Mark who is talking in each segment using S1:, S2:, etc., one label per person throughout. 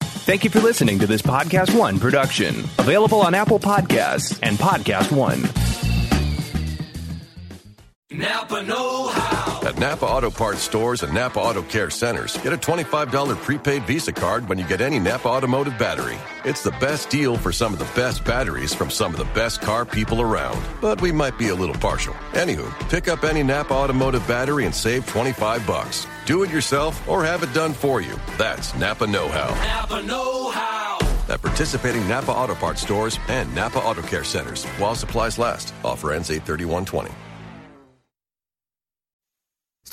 S1: Thank you for listening to this Podcast One production, available on Apple Podcasts and Podcast One.
S2: Napa Know How.
S3: At Napa Auto Parts stores and Napa Auto Care centers, get a $25 prepaid Visa card when you get any Napa automotive battery. It's the best deal for some of the best batteries from some of the best car people around. But we might be a little partial. Anywho, pick up any Napa automotive battery and save 25 bucks. Do it yourself or have it done for you. That's Napa Know How.
S2: Napa Know How.
S3: At participating Napa Auto Parts stores and Napa Auto Care centers while supplies last. Offer ends 83120.
S4: It's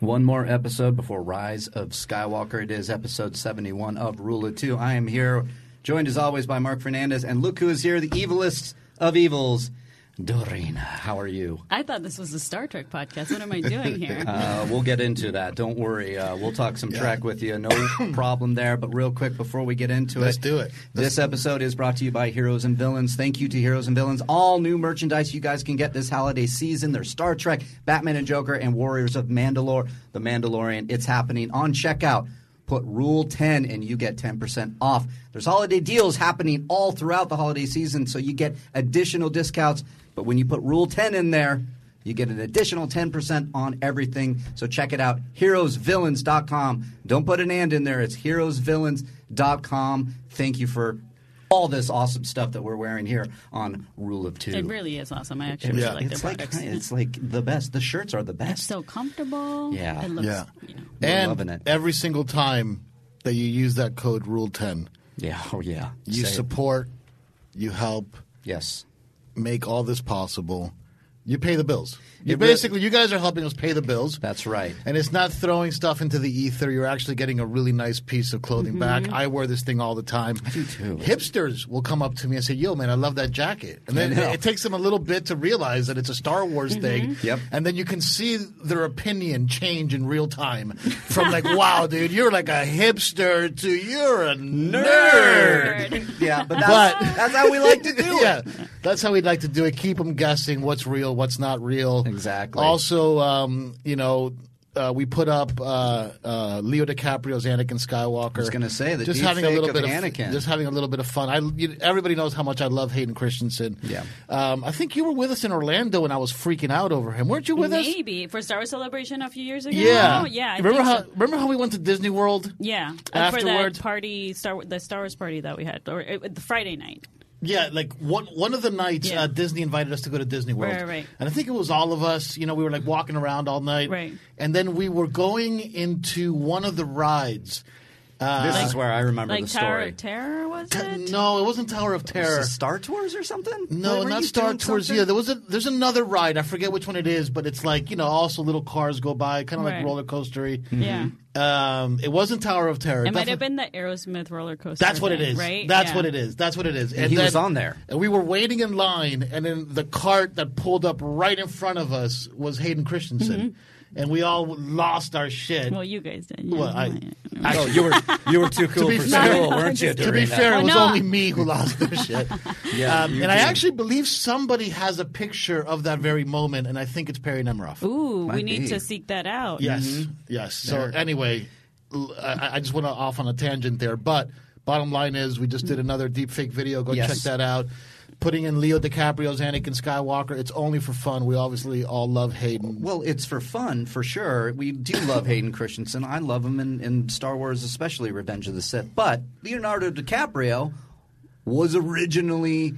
S5: One more episode before Rise of Skywalker. It is episode 71 of Rule of Two. I am here, joined as always by Mark Fernandez, and look who is here, the evilest of evils, Dorina. How are you?
S6: I thought this was a Star Trek podcast. What am I doing here?
S5: Uh, we'll get into that. Don't worry. Uh, we'll talk some track with you. No problem there. But real quick, before we get into
S7: Let's
S5: it,
S7: do it.
S5: This episode is brought to you by Heroes and Villains. Thank you to Heroes and Villains. All new merchandise you guys can get this holiday season. There's Star Trek, Batman and Joker, and Warriors of Mandalore, The Mandalorian. It's happening on checkout. Put Rule 10 and you get 10% off. There's holiday deals happening all throughout the holiday season, so you get additional discounts. But when you put Rule 10 in there, you get an additional 10% on everything. So check it out. Heroesvillains.com. Don't put an and in there. It's heroesvillains.com. Thank you for all this awesome stuff that we're wearing here on Rule of Two.
S6: it really is awesome. I actually
S7: Yeah.
S6: really like
S5: it's
S6: their
S5: like
S6: products.
S5: it's like the best. The shirts are the
S6: It's
S5: best.
S6: so comfortable.
S5: Yeah.
S6: It looks,
S7: Yeah.
S6: you know.
S5: We're
S7: and
S5: loving it.
S7: every single time that you use that code Rule Ten,
S5: yeah, oh yeah.
S7: you
S5: Say it.
S7: support, you help
S5: yes.
S7: make all this possible. You pay the bills. You
S5: It really-
S7: basically, you guys are helping us pay the bills.
S5: That's right.
S7: And it's not throwing stuff into the ether. You're actually getting a really nice piece of clothing back. I wear this thing all the time. I do
S5: too.
S7: Hipsters will come up to me and say, "Yo, man, I love that jacket." And then
S5: know.
S7: it, it takes them a little bit to realize that it's a Star Wars thing.
S5: Yep.
S7: And then you can see their opinion change in real time from like, "Wow, dude, you're like a hipster," to "You're a nerd."
S5: yeah, but that's,
S7: But-
S5: that's how we like to do it.
S7: yeah, that's how we'd like to do it. Keep them guessing what's real, what's not real.
S5: Exactly.
S7: Also, um, you know, uh, we put up uh, uh, Leo DiCaprio's Anakin Skywalker. I
S5: was gonna say, the
S7: just
S5: deep
S7: having a
S5: fake
S7: little
S5: of
S7: bit
S5: Anakin.
S7: of just having a little bit of fun. I, you, everybody knows how much I love Hayden Christensen.
S5: Yeah.
S7: um, I think you were with us in Orlando when I was freaking out over him. weren't you with us?
S6: Maybe for Star Wars Celebration a few years ago.
S7: Yeah,
S6: Oh, yeah. I
S7: remember
S6: think
S7: how?
S6: so.
S7: Remember how we went to Disney World?
S6: Yeah, Uh, for
S7: Afterwards,
S6: that party, Star the Star Wars party that we had, or uh, the Friday night.
S7: Yeah, like one one of the nights
S6: Yeah.
S7: uh, Disney invited us to go to Disney World,
S6: Right, right.
S7: and I think it was all of us. You know, we were like walking around all night,
S6: Right.
S7: And then we were going into one of the rides.
S5: This is where I remember
S6: Like
S5: the
S6: Tower
S5: story.
S6: of Terror was it?
S7: No, it wasn't Tower of Terror.
S5: Is it Star Tours or something?
S7: no,
S5: Were you
S7: not Star
S5: doing
S7: Tours.
S5: something?
S7: Yeah, there was a there's another ride. I forget which one it is, but it's like you know, also little cars go by, kind of like
S6: Right.
S7: roller coastery.
S6: Yeah.
S7: Um, it wasn't Tower of Terror.
S6: It might have
S7: Definitely-
S6: been the Aerosmith roller coaster.
S7: That's what it
S6: thing,
S7: is.
S6: right?
S7: That's
S6: Yeah.
S7: what it is. That's what it is. And
S5: he was on there.
S7: And we were waiting in line, and then the cart that pulled up right in front of us was Hayden Christensen, and we all lost our shit.
S6: Mm-hmm. Well, you guys did. Yeah.
S7: Well, I,
S5: Oh, you were you were too cool
S7: be
S5: for
S7: fair-
S5: school, weren't you?
S7: to be
S5: Dorina?
S7: fair, it
S6: Well,
S7: was
S6: no.
S7: only me who lost their shit.
S5: Yeah,
S7: um,
S5: you
S7: and I
S5: did.
S7: actually believe somebody has a picture of that very moment, and I think it's Perry Nemiroff.
S6: Ooh, we
S5: Might
S6: need
S5: be.
S6: to seek that out.
S7: Yes,
S5: Mm-hmm.
S7: yes. So anyway, l- I, I just went off on a tangent there, but bottom line is we just did another deepfake video. Go
S5: Yes.
S7: check that out. putting in Leo DiCaprio's Anakin Skywalker. It's only for fun. We obviously all love Hayden.
S5: Well, it's for fun, for sure. We do love Hayden Christensen. I love him in, in Star Wars, especially Revenge of the Sith. But Leonardo DiCaprio was originally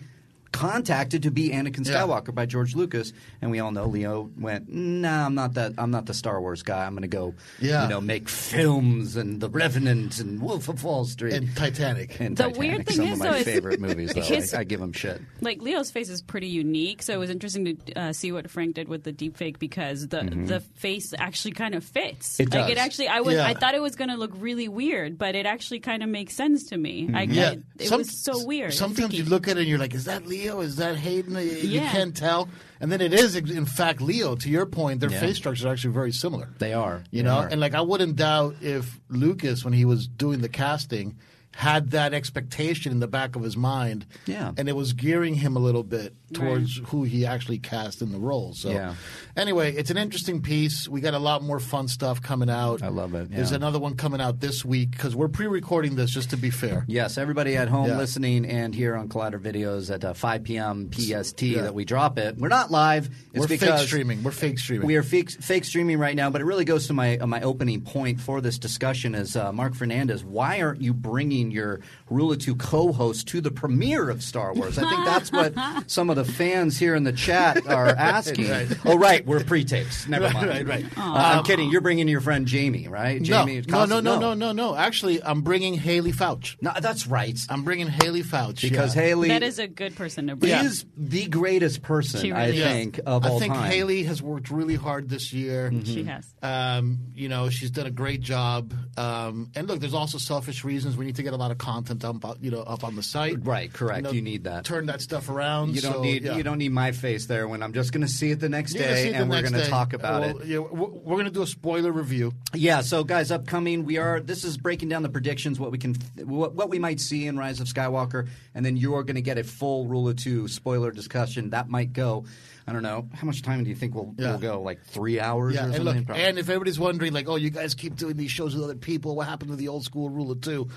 S5: contacted to be Anakin
S7: Yeah.
S5: Skywalker by George Lucas, and we all know Leo went, "Nah, I'm not that. I'm not the Star Wars guy. I'm going to go,
S7: Yeah.
S5: you know, make films and The Revenant and Wolf of Wall Street."
S7: And Titanic.
S5: and
S6: The
S5: Titanic,
S6: weird thing
S5: some
S6: is,
S5: of
S6: though,
S5: my
S6: is
S5: favorite movies. Though.
S6: his-
S5: I, I give him shit.
S6: like Leo's face is pretty unique, so it was interesting to uh, see what Frank did with the deepfake because the the face actually kind of fits.
S5: Mm-hmm. It
S6: like it
S5: does.
S6: actually, I was
S7: Yeah.
S6: I thought it was going to look really weird, but it actually kind of makes sense to me. I,
S5: Mm-hmm.
S7: Yeah,
S6: I, it
S7: Some-
S6: was so weird.
S7: Sometimes you
S6: Freaky.
S7: look at it and you're like, "Is that Leo? Is that Hayden?" You you
S6: Yeah.
S7: can't tell, and then it is in fact Leo. To your point, their face structures are actually very similar.
S5: They are.
S7: you
S5: They
S7: know,
S5: are.
S7: and like I wouldn't doubt if Lucas, when he was doing the casting, had that expectation in the back of his mind.
S5: Yeah.
S7: and it was gearing him a little bit towards who he actually cast in the role. So,
S5: Yeah.
S7: anyway, it's an interesting piece. We got a lot more fun stuff coming out.
S5: I love it,
S7: There's
S5: yeah.
S7: another one coming out this week because we're pre-recording this, just to be fair.
S5: Yes, everybody at home
S7: Yeah.
S5: listening and here on Collider Videos at uh, 5 p.m. PST that we drop it. We're not live. It's
S7: We're fake
S5: because
S7: streaming. We're fake streaming.
S5: We are fake, fake streaming right now, but it really goes to my uh, my opening point for this discussion is uh, Mark Fernandez. Why aren't you bringing your Rule of Two co-host to the premiere of Star Wars? I think that's what some of the fans here in the chat are asking. Oh, right, we're pre-tapes. Never mind.
S7: right, right. Um,
S5: Uh, I'm kidding. You're bringing your friend Jamie, right? Jamie
S7: no,
S5: Costas-
S7: no, no, no, no, no, no. Actually, I'm bringing Haley Fouch.
S5: No, that's right.
S7: I'm bringing Haley Fouch
S5: because
S7: yeah.
S5: Haley
S6: that is a good person to bring.
S5: is the greatest person
S6: She
S5: I
S6: really is.
S5: think of all
S7: I think
S5: time. Mm-hmm.
S7: Haley has worked really hard this year.
S6: She has.
S7: Um, you know, she's done a great job. Um, and look, there's also selfish reasons. We need to get a lot of content up, on- you know, up on the site.
S5: Right, correct. You need that.
S7: Turn that stuff around.
S5: You don't
S7: So,
S5: need
S7: yeah.
S5: you don't need my face there when I'm just going to see it the next
S7: You're gonna see
S5: day
S7: it the
S5: and we're
S7: next
S5: going to
S7: day.
S5: talk about
S7: Well,
S5: it.
S7: yeah, we're we're going to do a spoiler review.
S5: Yeah, so guys, upcoming we are. This is breaking down the predictions, what we can, what, what we might see in Rise of Skywalker, and then you are going to get a full Rule of Two spoiler discussion. That might go, I don't know, how much time do you think we'll
S7: Yeah.
S5: we'll go? Like three hours
S7: Yeah,
S5: or
S7: and
S5: something.
S7: look,
S5: Probably.
S7: and if everybody's wondering, like, oh, you guys keep doing these shows with other people, what happened to the old school rule of two?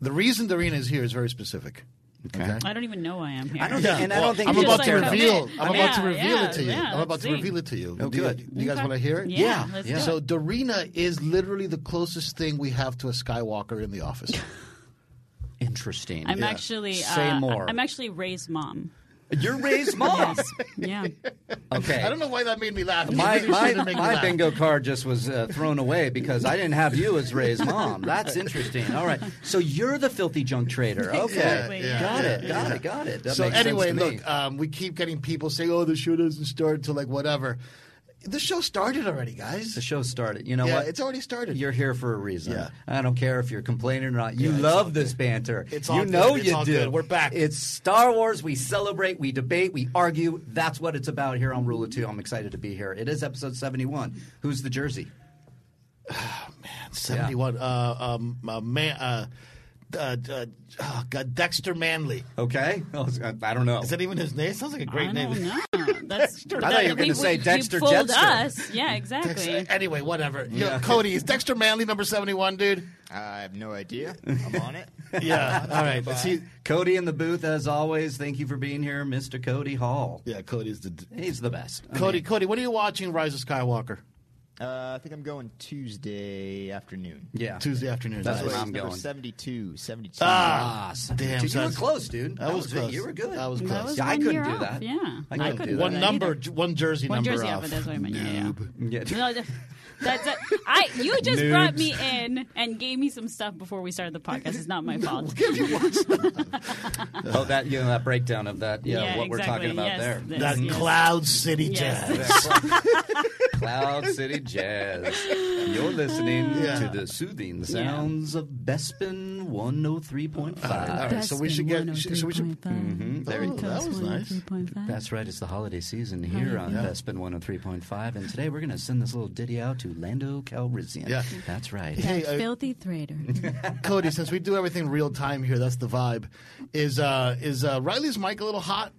S7: The reason Doreen is here is very specific.
S5: Okay.
S6: I don't even know why I'm here.
S5: I don't think, and I don't think
S7: I'm
S5: you should
S7: about to
S5: care about-
S7: reveal.
S6: it.
S7: I'm about to
S6: Yeah,
S7: reveal
S6: yeah,
S7: it to you.
S6: yeah,
S7: I'm about
S6: let's
S7: to
S6: see.
S7: reveal it to you.
S5: Oh,
S7: do you,
S5: good.
S7: do you guys
S6: Okay.
S7: want to hear it?
S6: Yeah,
S5: Yeah,
S6: let's
S5: yeah.
S6: do it.
S7: So Dorina is literally the closest thing we have to a Skywalker in the office.
S5: Interesting.
S6: I'm
S7: Yeah.
S6: actually
S5: Say
S6: uh,
S5: more. Oh.
S6: I'm actually Ray's mom.
S5: You're Ray's mom.
S6: Yes. Yeah.
S5: Okay.
S7: I don't know why that made me laugh.
S5: My
S7: It really
S5: my,
S7: shouldn't make me
S5: my
S7: laugh.
S5: bingo card just was uh, thrown away because I didn't have you as Ray's mom. That's interesting. All right, so you're the filthy junk trader. Okay,
S6: Exactly, yeah.
S5: got,
S7: Yeah,
S5: it, got it, got it, That
S7: so
S5: makes sense
S7: anyway,
S5: to me.
S7: look, um, we keep getting people saying, "Oh, the show doesn't start until like whatever." The show started already, guys.
S5: the show started. You know
S7: Yeah,
S5: what?
S7: it's already started.
S5: You're here for a reason.
S7: Yeah.
S5: I don't care if you're complaining or not. You
S7: Yeah, it's all
S5: love this banter.
S7: It's
S5: you
S7: all
S5: know
S7: good. It's
S5: you
S7: all
S5: do.
S7: good. We're back.
S5: It's Star Wars. We celebrate. We debate. We argue. That's what it's about here on Rule of Two. I'm excited to be here. It is episode 71. Who's the jersey?
S7: 71. Uh, um, uh, man, uh, uh, uh, oh, God, Dexter Manley.
S5: Okay, I don't know.
S7: Is that even his name? Sounds like a
S6: I don't
S7: great name.
S6: know. That's Dexter.
S5: I thought you were gonna say Dexter
S6: You fooled
S5: Jetster.
S6: us. Yeah, exactly.
S7: Dexter- Anyway, whatever. Yo, Cody, is Dexter Manley number 71, dude?
S8: I have no idea. I'm on it.
S7: Yeah. All right. See,
S5: Cody in the booth, as always. Thank you for being here, Mr. Cody Hall.
S7: yeah, Cody's the.
S5: He's the best. I
S7: Cody,
S5: mean,
S7: Cody, what are you watching Rise of Skywalker?
S8: Uh, I think I'm going Tuesday afternoon.
S5: yeah.
S7: Tuesday afternoon.
S5: That's
S7: Nice.
S5: where I'm
S8: Number
S5: going.
S8: 72. 72.
S7: Ah,
S5: Ah, so-
S7: damn,
S5: dude, you
S7: so
S5: were
S7: that's-
S5: close, dude.
S7: that was
S5: it.
S7: close.
S5: You were good.
S7: That was
S6: That
S7: close.
S6: was
S5: Yeah, I
S6: one
S5: couldn't
S6: year
S5: do
S6: off.
S5: that.
S6: Yeah,
S5: I couldn't do that.
S7: one
S5: Either.
S7: number, j- one jersey
S6: One
S7: number
S6: jersey
S7: off.
S6: off, but that's what I meant. Yeah,
S5: Yeah.
S6: yeah. No, th- that's it. I. You just brought me in and gave me some stuff before we started the podcast. It's not my fault.
S5: Oh, that you know that breakdown of that. Yeah,
S6: Yeah,
S5: what we're
S6: exactly.
S5: talking about
S6: Yes,
S5: there.
S6: this,
S7: That
S6: yes.
S7: Cloud City
S6: Yes.
S7: Jazz.
S5: Cloud City Jazz. You're listening
S7: Yeah.
S5: to the soothing sounds of Bespin 103.5.
S7: All right, so we should get. So we should.
S5: mm-hmm, There you
S7: Oh, that was nice.
S5: That's right. It's the holiday season
S7: Oh,
S5: here on Bespin 103.5, and today we're going to send this little ditty out to Lando Calrissian.
S7: Yeah.
S5: That's right.
S7: Hey, uh,
S6: Filthy traitor.
S7: Cody, since we do everything real time here, that's the vibe. Is uh is uh Riley's mic a little hot?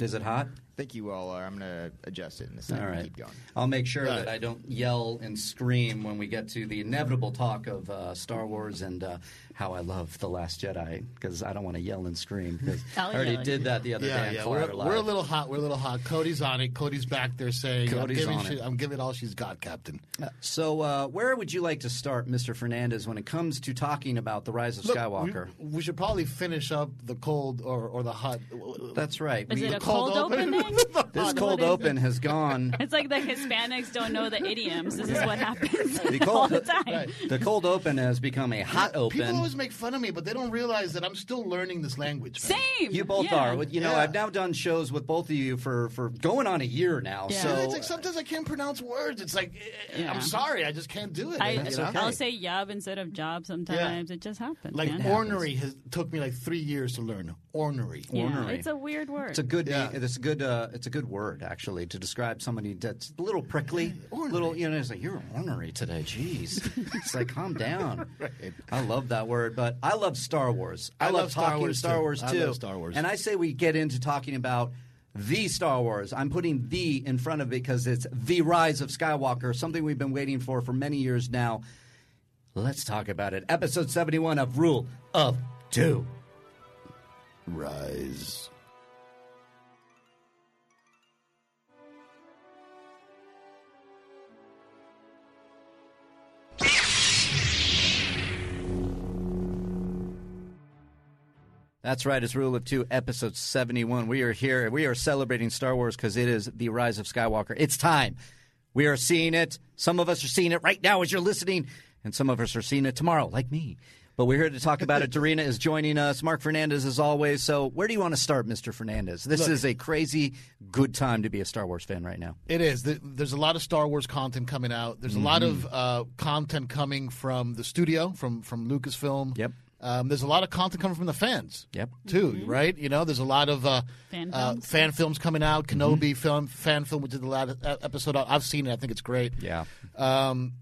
S5: Is it hot?
S8: think you all are. I'm gonna adjust it in a second.
S5: All right.
S8: Keep going.
S5: I'll make sure
S7: Got
S5: that
S7: it.
S5: I don't yell and scream when we get to the inevitable talk of uh, Star Wars and uh, how I love The Last Jedi because I don't want to yell and scream because
S9: I'll
S5: I already
S9: yell at
S5: did
S9: you.
S5: that the other
S7: Yeah,
S5: day.
S7: yeah.
S5: on
S7: We're,
S5: Collider
S7: we're a
S5: Live.
S7: little hot. We're a little hot. Cody's on it. Cody's back there saying,
S5: Cody's
S7: I'm, giving
S5: on
S7: shit-
S5: it.
S7: I'm giving all she's got, Captain.
S5: So, uh, where would you like to start, Mr. Fernandez, when it comes to talking about the rise of
S7: Look,
S5: Skywalker?
S7: We, we should probably finish up the cold or, or the hot.
S5: That's right.
S6: Is
S5: We-
S6: it a cold, opening?
S5: this cold
S6: What is
S5: open
S6: it?
S5: has gone.
S6: It's like the Hispanics don't know the idioms. This is what happens
S5: The
S6: all
S5: cold,
S6: the time.
S5: the cold open has become a hot open.
S7: People always make fun of me, but they don't realize that I'm still learning this language. man.
S6: Same.
S5: You both
S6: yeah.
S5: are. Well, You know,
S7: Yeah.
S5: I've now done shows with both of you for, for going on a year now.
S6: Yeah.
S5: So
S6: Yeah,
S7: It's like sometimes I can't pronounce words. It's like eh,
S6: Yeah.
S7: I'm sorry, I just can't do it.
S6: I,
S7: you know?
S6: I'll say yab instead of job sometimes. It just happens.
S7: like
S6: man.
S7: ornery has took me like three years to learn ornery.
S6: Yeah,
S5: ornery.
S6: It's a weird word.
S5: It's a good.
S7: Yeah.
S5: Name, it's a good. Uh, it's a good word actually to describe somebody that's a little prickly, little. You know, it's like you're ornery today. Jeez, it's like calm down. I love that word, but I love Star Wars. I,
S7: I
S5: love,
S7: love Star
S5: talking
S7: Wars,
S5: Star
S7: too.
S5: Wars
S7: I
S5: too.
S7: love Star Wars.
S5: And I say we get into talking about. The Star Wars. I'm putting the in front of it because it's the rise of Skywalker, something we've been waiting for for many years now. Let's talk about it. Episode 71 of Rule of Two.
S7: Rise.
S5: That's right. It's Rule of Two, Episode 71. We are here. We are celebrating Star Wars because it is the rise of Skywalker. It's time. We are seeing it. Some of us are seeing it right now as you're listening, and some of us are seeing it tomorrow, like me. But we're here to talk about it. Dorina is joining us. Mark Fernandez, as always. So, where do you want to start, Mr. Fernandez? This is a crazy good time to be a Star Wars fan right now.
S7: It is. Th- There's a lot of Star Wars content coming out. There's a lot of
S5: Mm-hmm.
S7: uh, content coming from the studio, from from Lucasfilm.
S5: Yep.
S7: Um, there's a lot of content coming from the fans.
S5: Yep.
S7: Too right. You know, there's a lot of uh,
S6: Mm-hmm. Fan
S7: uh,
S6: films?
S7: fan films coming out.
S5: Mm-hmm.
S7: Kenobi film, fan film, which is the last uh, episode. I- I've seen it. I think it's great.
S5: Yeah.
S7: Um,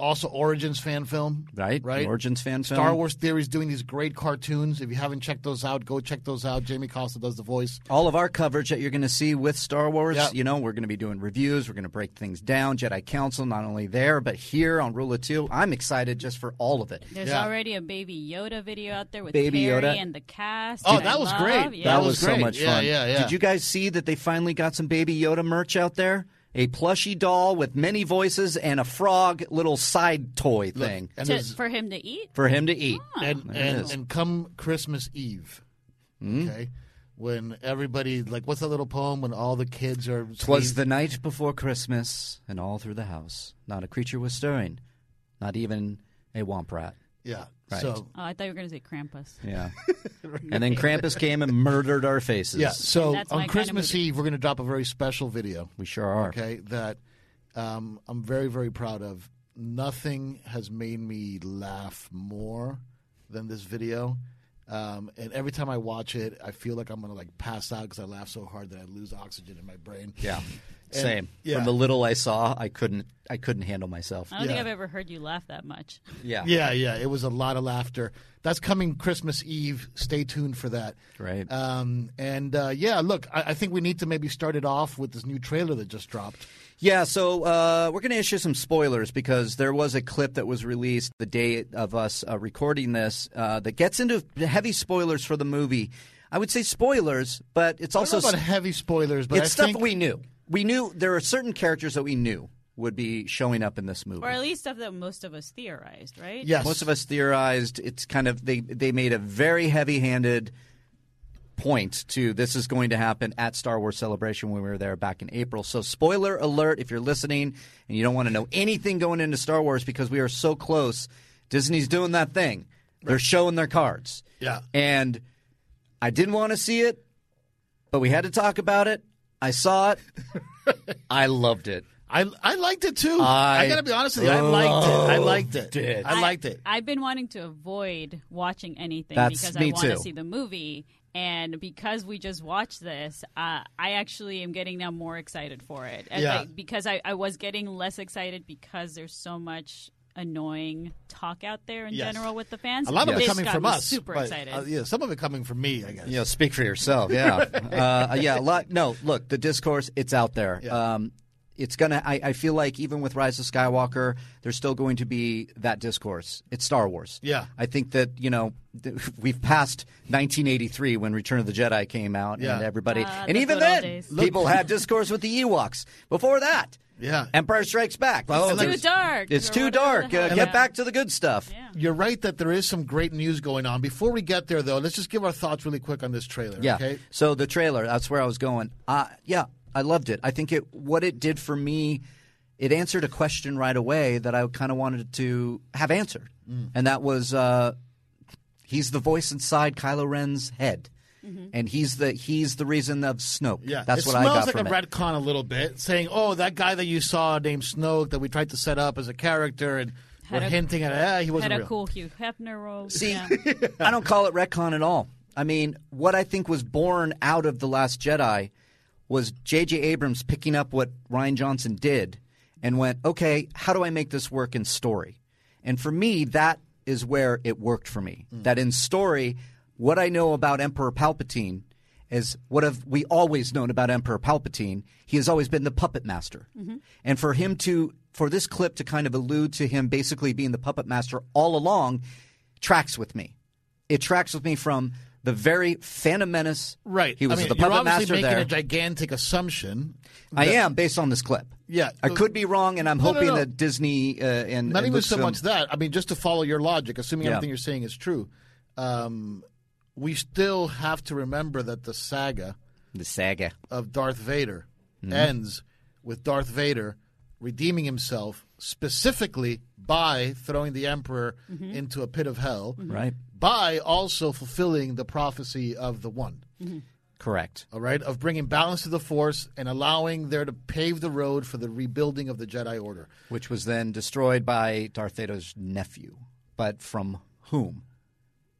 S7: also, Origins fan film.
S5: Right?
S7: Right.
S5: Origins fan film.
S7: Star Wars Theory is doing these great cartoons. If you haven't checked those out, go check those out. Jamie Costa does the voice.
S5: all of our coverage that you're going to see with Star Wars.
S7: Yep.
S5: You know, we're going to be doing reviews. We're going to break things down. Jedi Council, not only there, but here on Rule of Two. I'm excited just for all of it.
S6: There's
S7: Yeah.
S6: already a Baby Yoda video out there with
S5: Baby
S6: Perry
S5: Yoda.
S6: and the cast.
S7: Oh,
S6: which I
S7: that was
S6: love.
S7: great.
S6: Yeah.
S5: That
S7: That
S5: was,
S7: was
S5: so
S7: great.
S5: much
S7: Yeah,
S5: fun.
S7: yeah, yeah.
S5: Did you guys see that they finally got some Baby Yoda merch out there? A plushy doll with many voices and a frog little side toy thing
S7: And
S6: to,
S7: there's-
S6: for him to eat.
S5: for him to eat.
S7: and and, and come Christmas Eve,
S5: Hmm?
S7: okay, when everybody like what's that little poem when all the kids are
S5: Twas the night before Christmas, and all through the house, not a creature was stirring, not even a womp rat.
S7: yeah so
S6: Oh, I thought you were going to say Krampus.
S5: Yeah. And then Krampus came and murdered our faces.
S7: yeah so
S6: That's my
S7: on
S6: kinda
S7: Christmas
S6: movie.
S7: Eve we're gonna drop a very special video
S5: We sure are.
S7: okay that um, I'm very very proud of. Nothing has made me laugh more than this video. Um, and every time I watch it, I feel like I'm gonna like pass out because I laugh so hard that I lose oxygen in my brain.
S5: Yeah. Same.
S7: yeah.
S5: From the little I saw, I couldn't I couldn't handle myself.
S6: I don't think
S7: Yeah.
S6: I've ever heard you laugh that much.
S5: Yeah.
S7: Yeah, yeah. It was a lot of laughter. That's coming Christmas Eve. Stay tuned for that.
S5: Right.
S7: Um, and uh, yeah, look, I, I think we need to maybe start it off with this new trailer that just dropped.
S5: Yeah, so uh, we're going to issue some spoilers because there was a clip that was released the day of us uh, recording this uh, that gets into heavy spoilers for the movie. I would say spoilers, but it's
S7: I don't know
S5: also
S7: about heavy spoilers, but
S5: it's
S7: I
S5: stuff
S7: think
S5: we knew. We knew there are certain characters that we knew would be showing up in this movie.
S6: Or at least stuff that most of us theorized, right?
S7: yes,
S5: Most of us theorized it's kind of they they made a very heavy-handed point to this is going to happen at Star Wars Celebration when we were there back in April. So spoiler alert if you're listening and you don't want to know anything going into Star Wars because we are so close. Disney's doing that thing. They're showing their cards.
S7: Yeah.
S5: And I didn't want to see it, but we had to talk about it. I saw it. I loved it.
S7: I I liked it too.
S5: I
S7: gotta be honest with you, I liked it. I liked it.
S5: Oh, it.
S7: I liked it.
S6: I've been wanting to avoid watching anything
S5: That's
S6: because
S5: me
S6: I want
S5: too.
S6: to see the movie. And because we just watched this, uh, I actually am getting now more excited for it. And
S7: Yeah.
S6: like, because I, I was getting less excited because there's so much annoying talk out there in
S7: Yes.
S6: general with the fans.
S7: A lot of it
S6: This
S7: coming
S6: got
S7: from
S6: me
S7: us.
S6: Super
S7: but,
S6: excited.
S7: uh, yeah, some of it coming from me, I guess.
S5: You know, speak for yourself. Yeah, uh, yeah. A lot. No, look, the discourse. It's out there.
S7: Yeah.
S5: Um, it's gonna. I, I feel like even with Rise of Skywalker, there's still going to be that discourse. It's Star Wars.
S7: Yeah.
S5: I think that you know th- we've passed 1983 when Return of the Jedi came out,
S7: Yeah.
S5: and everybody,
S6: Ah,
S5: and
S6: the
S5: even
S6: good old
S5: then,
S6: days.
S5: people had discourse with the Ewoks. Before that,
S7: Yeah.
S5: Empire Strikes Back. Oh,
S6: too
S5: there's-
S6: dark.
S5: It's
S6: or
S5: too
S6: whatever
S5: dark.
S6: the hell.
S5: Uh,
S6: Yeah.
S5: get back to the good stuff.
S6: Yeah.
S7: You're right that there is some great news going on. Before we get there, though, let's just give our thoughts really quick on this trailer.
S5: Yeah.
S7: Okay.
S5: So the trailer, that's where I was going. Uh, yeah, I loved it. I think it what it did for me, it answered a question right away that I kind of wanted to have answered,
S7: Mm.
S5: and that was uh, he's the voice inside Kylo Ren's head. And he's the he's the reason of Snoke.
S7: Mm-hmm. Yeah,
S5: that's
S7: it
S5: what I
S7: smells
S5: got
S7: like
S5: from
S7: a
S5: it.
S7: retcon a little bit, saying, "Oh, that guy that you saw named Snoke that we tried to set up as a character, and
S6: Had
S7: we're
S6: a-
S7: hinting at ah, he wasn't
S6: Had a
S7: real."
S6: cool Hugh Hefner role.
S5: See,
S6: yeah.
S5: I don't call it retcon at all. I mean, what I think was born out of The Last Jedi was J.J. Abrams picking up what Ryan Johnson did and went, okay, how do I make this work in story? And for me, that is where it worked for me. That in story, what I know about Emperor Palpatine is what have we always known about Emperor Palpatine? He has always been the puppet master,
S7: Mm-hmm.
S5: and for him to for this clip to kind of allude to him basically being the puppet master all along tracks with me. It tracks with me from the very Phantom Menace.
S7: Right.
S5: he was
S7: I mean,
S5: the
S7: you're
S5: puppet
S7: obviously
S5: master
S7: making
S5: there.
S7: a gigantic assumption.
S5: I am based on this clip.
S7: Yeah.
S5: I could be wrong, and I'm
S7: No, no,
S5: hoping
S7: no.
S5: that Disney uh, and
S7: Not
S5: and
S7: even so
S5: Lucasfilm-
S7: much that. I mean, just to follow your logic, assuming
S5: Yeah.
S7: everything you're saying is true, um, we still have to remember that the saga
S5: the saga.
S7: of Darth Vader
S5: Hmm.
S7: ends with Darth Vader redeeming himself specifically by throwing the Emperor
S6: Mm-hmm.
S7: into a pit of hell,
S5: Right.
S7: by also fulfilling the prophecy of the One
S5: Correct.
S7: all right, of bringing balance to the Force and allowing there to pave the road for the rebuilding of the Jedi Order.
S5: Which was then destroyed by Darth Vader's nephew, but from whom?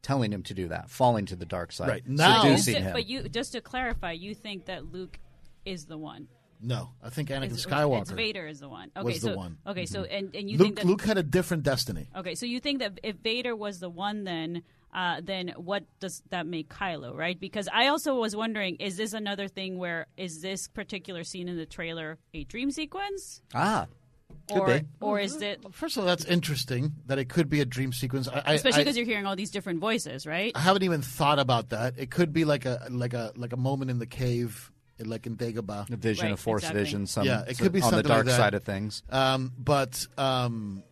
S5: Telling him to do that, falling to the dark side,
S7: Right. Now-
S6: Just
S5: seducing
S6: to,
S5: him.
S6: But Oh, you, just to clarify, you think that Luke is the one.
S7: No, I think Anakin
S6: It's-
S7: Skywalker.
S6: It's Vader is the one. Okay,
S7: was the
S6: so
S7: one. Mm-hmm.
S6: okay, so and, and you think
S7: Luke,
S6: that
S7: Luke had a different destiny.
S6: okay, so you think that if Vader was the one, then uh, then what does that make Kylo right? Because I also was wondering, is this another thing where is this particular scene in the trailer a dream sequence,
S5: ah, could
S6: or
S5: be.
S6: or is it
S7: First of all, that's interesting that it could be a dream sequence. I, I,
S6: especially
S7: I-
S6: because you're hearing all these different voices, right?
S7: I haven't even thought about that. It could be like a like a like a moment in the cave, like in Dagobah.
S5: A vision
S6: Right,
S5: of force
S6: exactly.
S5: vision. Some,
S7: Yeah, it could be
S5: on the
S7: something like
S5: dark
S7: that.
S5: side of things.
S7: Um, but um,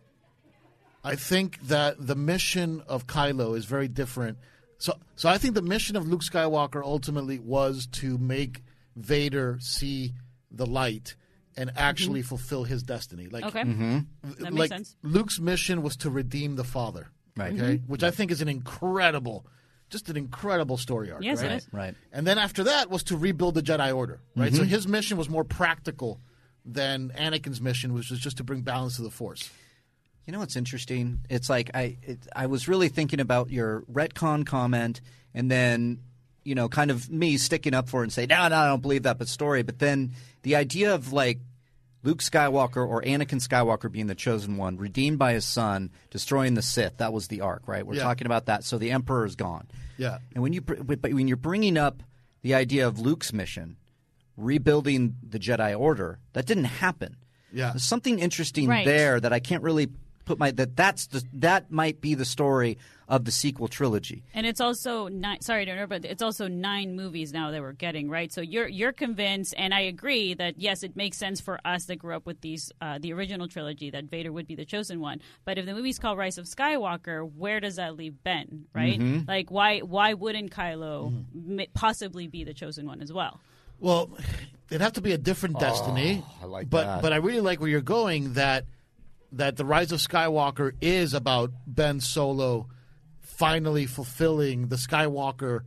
S7: I think that the mission of Kylo is very different. So, so I think the mission of Luke Skywalker ultimately was to make Vader see the light and actually fulfill his destiny. Like,
S6: Mm-hmm. Okay, that makes
S7: like
S6: sense. Mm-hmm.
S7: Luke's mission was to redeem the father.
S5: Right.
S7: Okay, which I think is an incredible, just an incredible story arc.
S6: Yes, it
S7: right?
S6: is.
S5: Right.
S7: And then after that was to rebuild the Jedi Order, right? So his mission was more practical than Anakin's mission, which was just to bring balance to the Force.
S5: You know what's interesting? It's like I it, I was really thinking about your retcon comment, and then you know, kind of me sticking up for it and say, no, no, I don't believe that, but story. But then the idea of like Luke Skywalker or Anakin Skywalker being the chosen one, redeemed by his son, destroying the Sith. That was the arc, right? We're
S7: Yeah.
S5: talking about that. So the Emperor is gone.
S7: Yeah.
S5: And when you br- but but when you're bringing up the idea of Luke's mission, rebuilding the Jedi Order, that didn't happen.
S7: Yeah.
S5: There's something interesting
S6: Right.
S5: there that I can't really put my that that's the that might be the story of the sequel trilogy.
S6: And it's also nine. Sorry to interrupt, but it's also nine movies now that we're getting right. So you're you're convinced, and I agree that yes, it makes sense for us that grew up with these uh, the original trilogy that Vader would be the chosen one. But if the movie's called Rise of Skywalker, where does that leave Ben? Right?
S5: Mm-hmm.
S6: Like why why wouldn't Kylo mi- possibly be the chosen one as well?
S7: Well, it'd have to be a different destiny.
S5: Oh, I like
S7: but,
S5: that.
S7: But I really like where you're going that that the rise of Skywalker is about Ben Solo finally fulfilling the Skywalker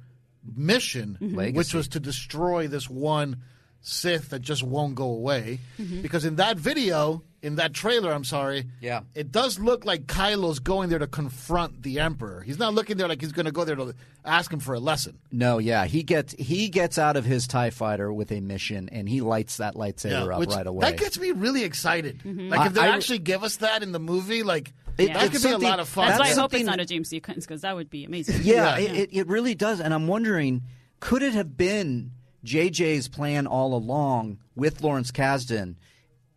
S7: mission, which
S5: Legacy.
S7: was to destroy this one Sith that just won't go away. Because in that video, in that trailer, I'm sorry,
S5: Yeah.
S7: it does look like Kylo's going there to confront the Emperor. He's not looking there like he's going to go there to ask him for a lesson.
S5: No, yeah, he gets he gets out of his Tie Fighter with a mission, and he lights that lightsaber up
S7: which-
S5: right away.
S6: Mm-hmm.
S7: That gets me really excited. Like
S5: I-
S7: if they
S5: I-
S7: actually give us that in the movie, like
S5: It-
S6: Yeah.
S5: it's
S7: That could be a
S5: something-
S7: lot of fun.
S6: That's why I
S7: That's
S6: hope it's
S5: something-
S6: not a James C. Clinton because that would be amazing.
S5: Yeah, It, it, it really does. And I'm wondering, could it have been JJ's plan all along with Lawrence Kasdan?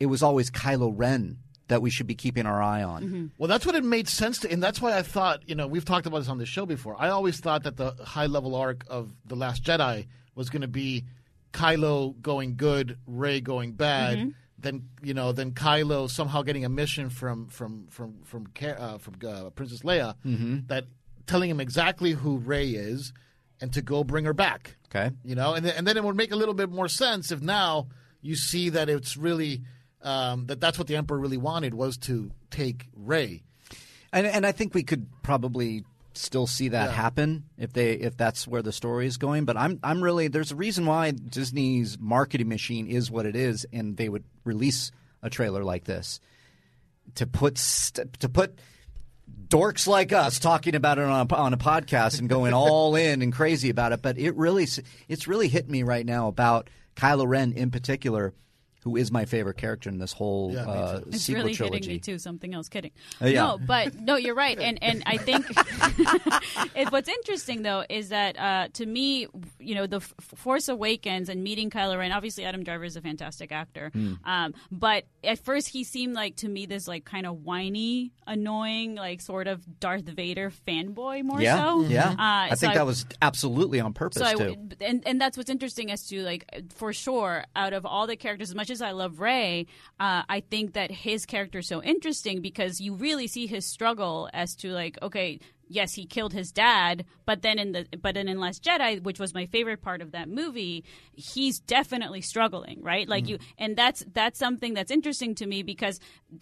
S5: It was always Kylo Ren that we should be keeping our eye on.
S7: Well, that's what it made sense to, and that's why I thought, you know, we've talked about this on the show before. I always thought that the high level arc of The Last Jedi was going to be Kylo going good, Ray going bad,
S6: Mm-hmm.
S7: then you know, then Kylo somehow getting a mission from from from from Ca- uh, from uh, Princess Leia
S5: Mm-hmm.
S7: that telling him exactly who Ray is, and to go bring her back.
S5: Okay.
S7: You know, and then, and then it would make a little bit more sense if now you see that it's really um, that that's what the emperor really wanted was to take Ray.
S5: And, and I think we could probably still see that happen if they if that's where the story is going. But I'm I'm really there's a reason why Disney's marketing machine is what it is, and they would release a trailer like this to put st- to put dorks like us talking about it on a, on a podcast and going all in and crazy about it. But it really s- it's really hit me right now about Kylo Ren in particular. Who is my favorite character in this whole
S7: Yeah, me
S5: uh,
S7: too.
S6: It's
S5: sequel
S6: really
S5: trilogy?
S6: hitting me too. Something else, kidding.
S5: Uh, yeah.
S6: No, but no, you're right. And and I think it, what's interesting though is that uh, to me, you know, the F- Force Awakens and meeting Kylo Ren. Obviously, Adam Driver is a fantastic actor.
S5: Hmm.
S6: Um, but at first, he seemed like to me this like kind of whiny, annoying, like sort of Darth Vader fanboy more
S5: yeah,
S6: so.
S5: yeah.
S6: Uh,
S5: I
S6: so
S5: think that was absolutely on purpose
S6: so I,
S5: too.
S6: w- and and that's what's interesting as to like for sure out of all the characters as much as i love ray uh, i think that his character is so interesting because you really see his struggle as to like okay yes he killed his dad but then in the but then in last jedi which was my favorite part of that movie he's definitely struggling right like you and that's that's something that's interesting to me because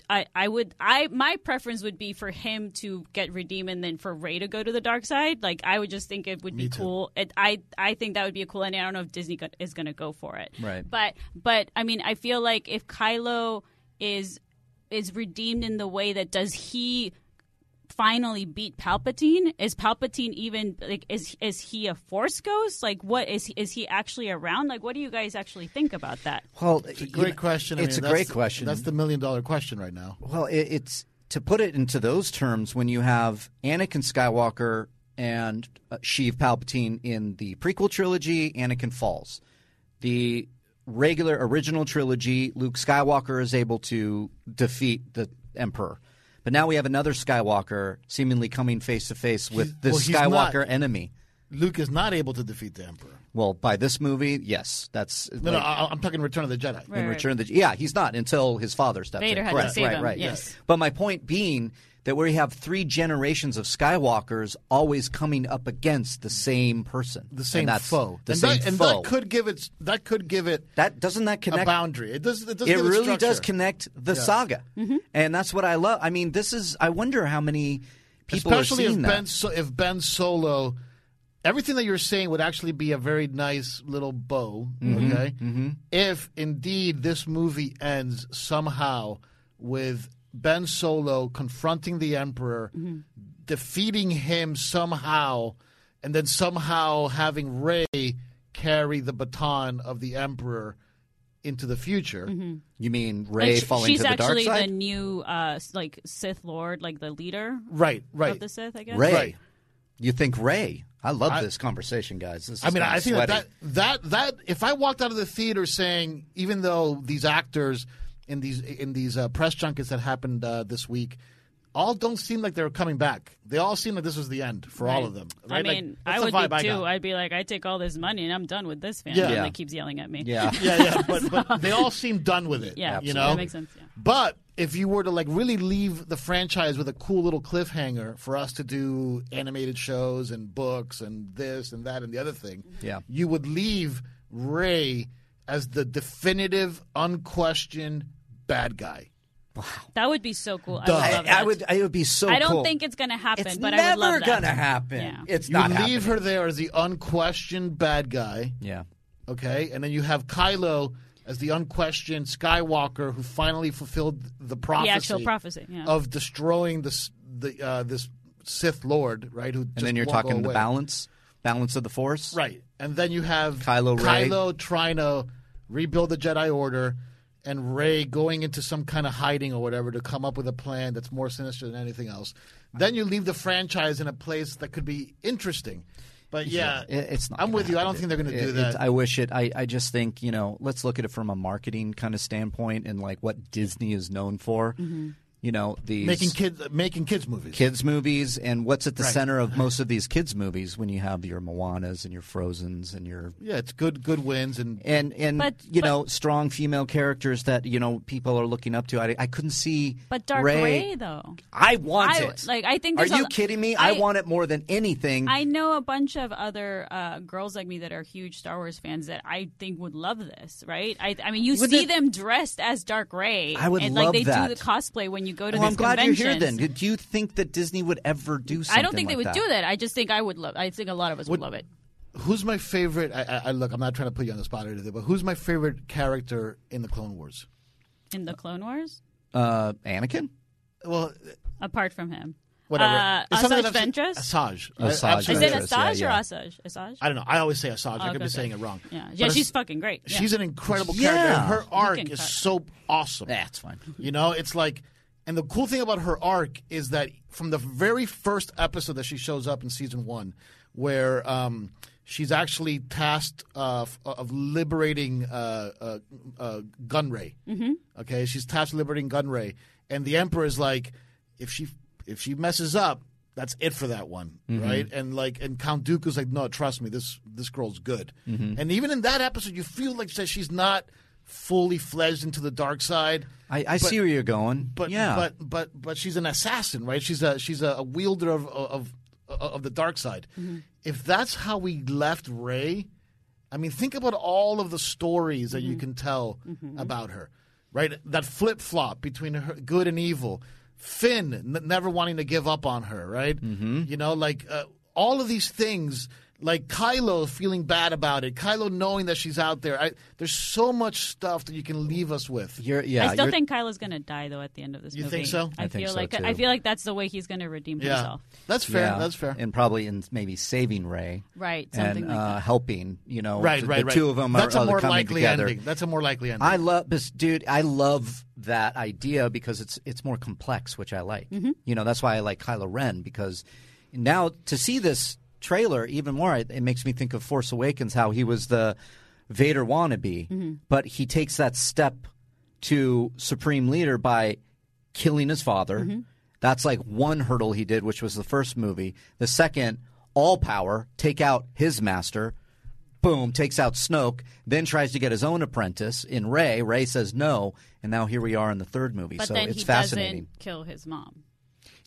S6: i i would i my preference would be for him to get redeemed and then for ray to go to the dark side like i would just think it would be cool it, i i think that would be a cool ending i don't know if disney go- is going to go for it
S5: Right.
S6: but but i mean i feel like if kylo is is redeemed in the way that does he finally beat Palpatine? Is Palpatine even like is is he a Force ghost? Like what is he- is he actually around? Like what do you guys actually think about that?
S5: Well,
S7: It's a great question. I
S5: It's
S7: mean,
S5: a
S7: that's
S5: great
S7: the-
S5: question.
S7: That's the million dollar question right now.
S5: well, it, it's to put it into those terms when you have Anakin Skywalker and uh, Sheev Palpatine in the prequel trilogy, Anakin falls. The regular original trilogy, Luke Skywalker is able to defeat the Emperor. But now we have another Skywalker seemingly coming face to face with
S7: well,
S5: this
S7: he's not-
S5: Skywalker enemy.
S7: Luke is not able to defeat the emperor.
S5: Well, by this movie, yes, that's
S7: No,
S5: like-
S7: no, I, I'm talking Return of the Jedi.
S5: in Return of the Yeah, he's not until his father steps
S6: Vader
S5: in.
S6: had to
S5: Correct.
S6: save
S5: right,
S6: him,
S5: right.
S6: yes.
S5: But my point being that we have three generations of Skywalkers always coming up against the same person,
S7: The same
S5: and that's
S7: foe.
S5: the
S7: and
S5: same
S7: that, and
S5: foe.
S7: that could give it. That could give it
S5: That- doesn't that
S7: a
S5: connect?
S7: boundary. It does. It, does
S5: it
S7: give
S5: really
S7: structure.
S5: does connect the saga,
S6: Mm-hmm.
S5: and that's what I love. I mean, this is. I wonder how many people
S7: Especially
S5: are
S7: if
S5: seeing that.
S7: Ben, so, if ben Solo, everything that you're saying would actually be a very nice little bow,
S5: Mm-hmm,
S7: okay? If indeed this movie ends somehow with Ben Solo confronting the Emperor, defeating him somehow, and then somehow having Rey carry the baton of the Emperor into the future.
S5: you mean Ray
S6: Mm. Like, sh-
S5: falling
S6: she's
S5: to the dark
S6: actually
S5: side?
S6: the new uh, s- like Sith Lord, like the leader
S7: Right, right.
S6: of the Sith. I guess
S5: Ray,
S7: Right.
S5: you think Ray? I love this conversation, guys. This is
S7: I mean,
S5: kinda
S7: I think that,
S5: sweaty.
S7: that that that if I walked out of the theater saying, even though these actors in these in these uh, press junkets that happened uh, this week, all don't seem like they're coming back. They all seem like this was the end for all of them. Right?
S6: I
S7: Like,
S6: mean, I
S7: that's the
S6: would
S7: vibe
S6: be too.
S7: got.
S6: I'd be like, I take all this money and I'm done with this fan.
S7: Yeah.
S5: Yeah.
S6: that keeps yelling at me.
S5: yeah.
S7: yeah, yeah, but, but they all seem done with it.
S6: Yeah,
S7: you
S6: absolutely.
S7: know,
S6: That makes sense, yeah.
S7: But if you were to like really leave the franchise with a cool little cliffhanger for us to do animated shows and books and this and that and the other thing,
S5: Yeah.
S7: you would leave Ray as the definitive, unquestioned bad guy.
S6: that would be so cool. I would
S5: I,
S6: love that.
S5: I would. It would be so.
S6: I don't
S5: cool.
S6: think it's gonna happen,
S5: It's
S6: but I would
S5: never
S6: love that.
S5: gonna happen.
S6: Yeah.
S5: It's
S7: You
S5: not
S7: leave
S5: happening.
S7: her there as the unquestioned bad guy.
S5: Yeah.
S7: okay? And then you have Kylo as the unquestioned Skywalker who finally fulfilled the prophecy,
S6: actual prophecy, yeah.
S7: of destroying this the uh, this Sith Lord, right? Who
S5: And then you're talking the balance, balance of the force.
S7: right? And then you have
S5: Kylo Ray.
S7: Kylo trying to rebuild the Jedi Order. and Ray going into some kind of hiding or whatever to come up with a plan that's more sinister than anything else. Then you leave the franchise in a place that could be interesting. But yeah,
S5: It- it's not.
S7: I'm
S5: gonna
S7: with you. I don't
S5: happen.
S7: think they're going to
S5: It-
S7: do
S5: it's-
S7: that.
S5: I wish it. I, I just think you know. Let's look at it from a marketing kind of standpoint and like what Disney is known for.
S6: Mm-hmm.
S5: You know, these
S7: making kids making kids movies.
S5: kids movies and what's at the center of most of these kids movies when you have your Moanas and your Frozen's and your
S7: Yeah, it's good good wins and
S5: and and
S6: But-
S5: you
S6: but-
S5: know strong female characters that you know people are looking up to. I, I couldn't see.
S6: But Dark
S5: Ray.
S6: Ray, though.
S5: I want
S6: I-
S5: it.
S6: like, I think
S5: Are
S6: there's
S5: you
S6: a-
S5: kidding me? I,
S6: I-
S5: want it more than anything.
S6: I know a bunch of other uh, girls like me that are huge Star Wars fans that I think would love this, right? I, I mean, you
S5: Would
S6: see
S5: it-
S6: them dressed as Dark Ray.
S5: I would
S6: and,
S5: love
S6: like, they
S5: that.
S6: do the cosplay when you go to
S5: well, I'm
S6: these
S5: glad you're
S6: conventions.
S5: here. Then, do you think that Disney would ever do something?
S6: I don't think they
S5: like
S6: would do that. I just think I would love. I think a lot of us would,
S7: Would-
S6: love it.
S7: who's my favorite? I, I, I look. I'm not trying to put you on the spot or anything, but who's my favorite character in the Clone Wars?
S6: In the Clone Wars,
S5: Uh, Anakin.
S7: Well,
S6: apart from him,
S7: whatever.
S6: Uh,
S7: It's something
S6: Asajj
S7: that I've seen-
S6: Ventress?
S7: Asajj.
S5: Asajj
S7: I- I've seen
S6: Uh, is
S5: Ventress.
S6: it
S7: that.
S5: Asajj,
S6: Asajj
S5: yeah.
S6: or Asajj? Asajj. Oh,
S7: I don't know. I always say Asajj. I could
S6: okay,
S7: be
S6: okay.
S7: saying it wrong.
S6: yeah,
S7: But
S6: yeah,
S7: it's-
S6: she's fucking great. Yeah.
S7: She's an incredible
S5: Yeah.
S7: character. and Her arc
S6: can
S7: is
S6: cut.
S7: so awesome.
S5: That's fine.
S7: You know, it's like, and the cool thing about her arc is that from the very first episode that she shows up in season one, where um, she's actually tasked uh, f- of liberating uh, uh, uh, Gunray. Mm-hmm. Okay, she's tasked with liberating Gunray, and the Emperor is like, if she if she messes up. That's it for that one, right? And like, and Count Dooku's like, no, trust me, this this girl's good. And even in that episode, you feel like that she's not fully fledged into the dark side
S5: I, I see where you're going.
S7: but
S5: yeah,
S7: but but but she's an assassin, right? She's a she's a, a wielder of of of- of the dark side. If that's how we left Ray, I mean, think about all of the stories that you can tell about her, right? That flip flop between her, good and evil, Finn n- never wanting to give up on her, right?
S5: Mm-hmm.
S7: You know, like uh, all of these things. Like Kylo feeling bad about it, Kylo knowing that she's out there. I, there's so much stuff that you can leave us with.
S5: you're, yeah.
S6: I still
S5: you're-
S6: think Kylo's gonna die though at the end of this
S7: You
S6: movie.
S7: think so?
S6: I,
S5: I think
S6: feel
S5: so,
S6: like
S5: too.
S6: I feel like that's the way he's gonna redeem
S7: Yeah,
S6: himself.
S7: that's fair.
S5: yeah,
S7: That's fair.
S5: and probably in maybe saving Ray,
S6: Right,
S5: and
S6: something like
S5: uh,
S6: that.
S5: helping. You know,
S7: right,
S5: the,
S7: right,
S5: the
S7: right.
S5: two of them
S7: That's
S5: are,
S7: a
S5: are
S7: more
S5: coming
S7: likely
S5: together.
S7: ending. That's a more likely ending.
S5: I love this, dude. I love that idea because it's it's more complex, which I like. You know, that's why I like Kylo Ren because now to see this trailer even more, it, it makes me think of Force Awakens, how he was the Vader wannabe, but he takes that step to supreme leader by killing his father.
S6: Mm-hmm.
S5: That's like one hurdle he did, which was the first movie. The second, all power, take out his master boom, takes out Snoke, then tries to get his own apprentice in Ray. Ray says no, and now here we are in the third movie.
S6: But
S5: so
S6: then
S5: it's
S6: he
S5: fascinating.
S6: doesn't kill his mom.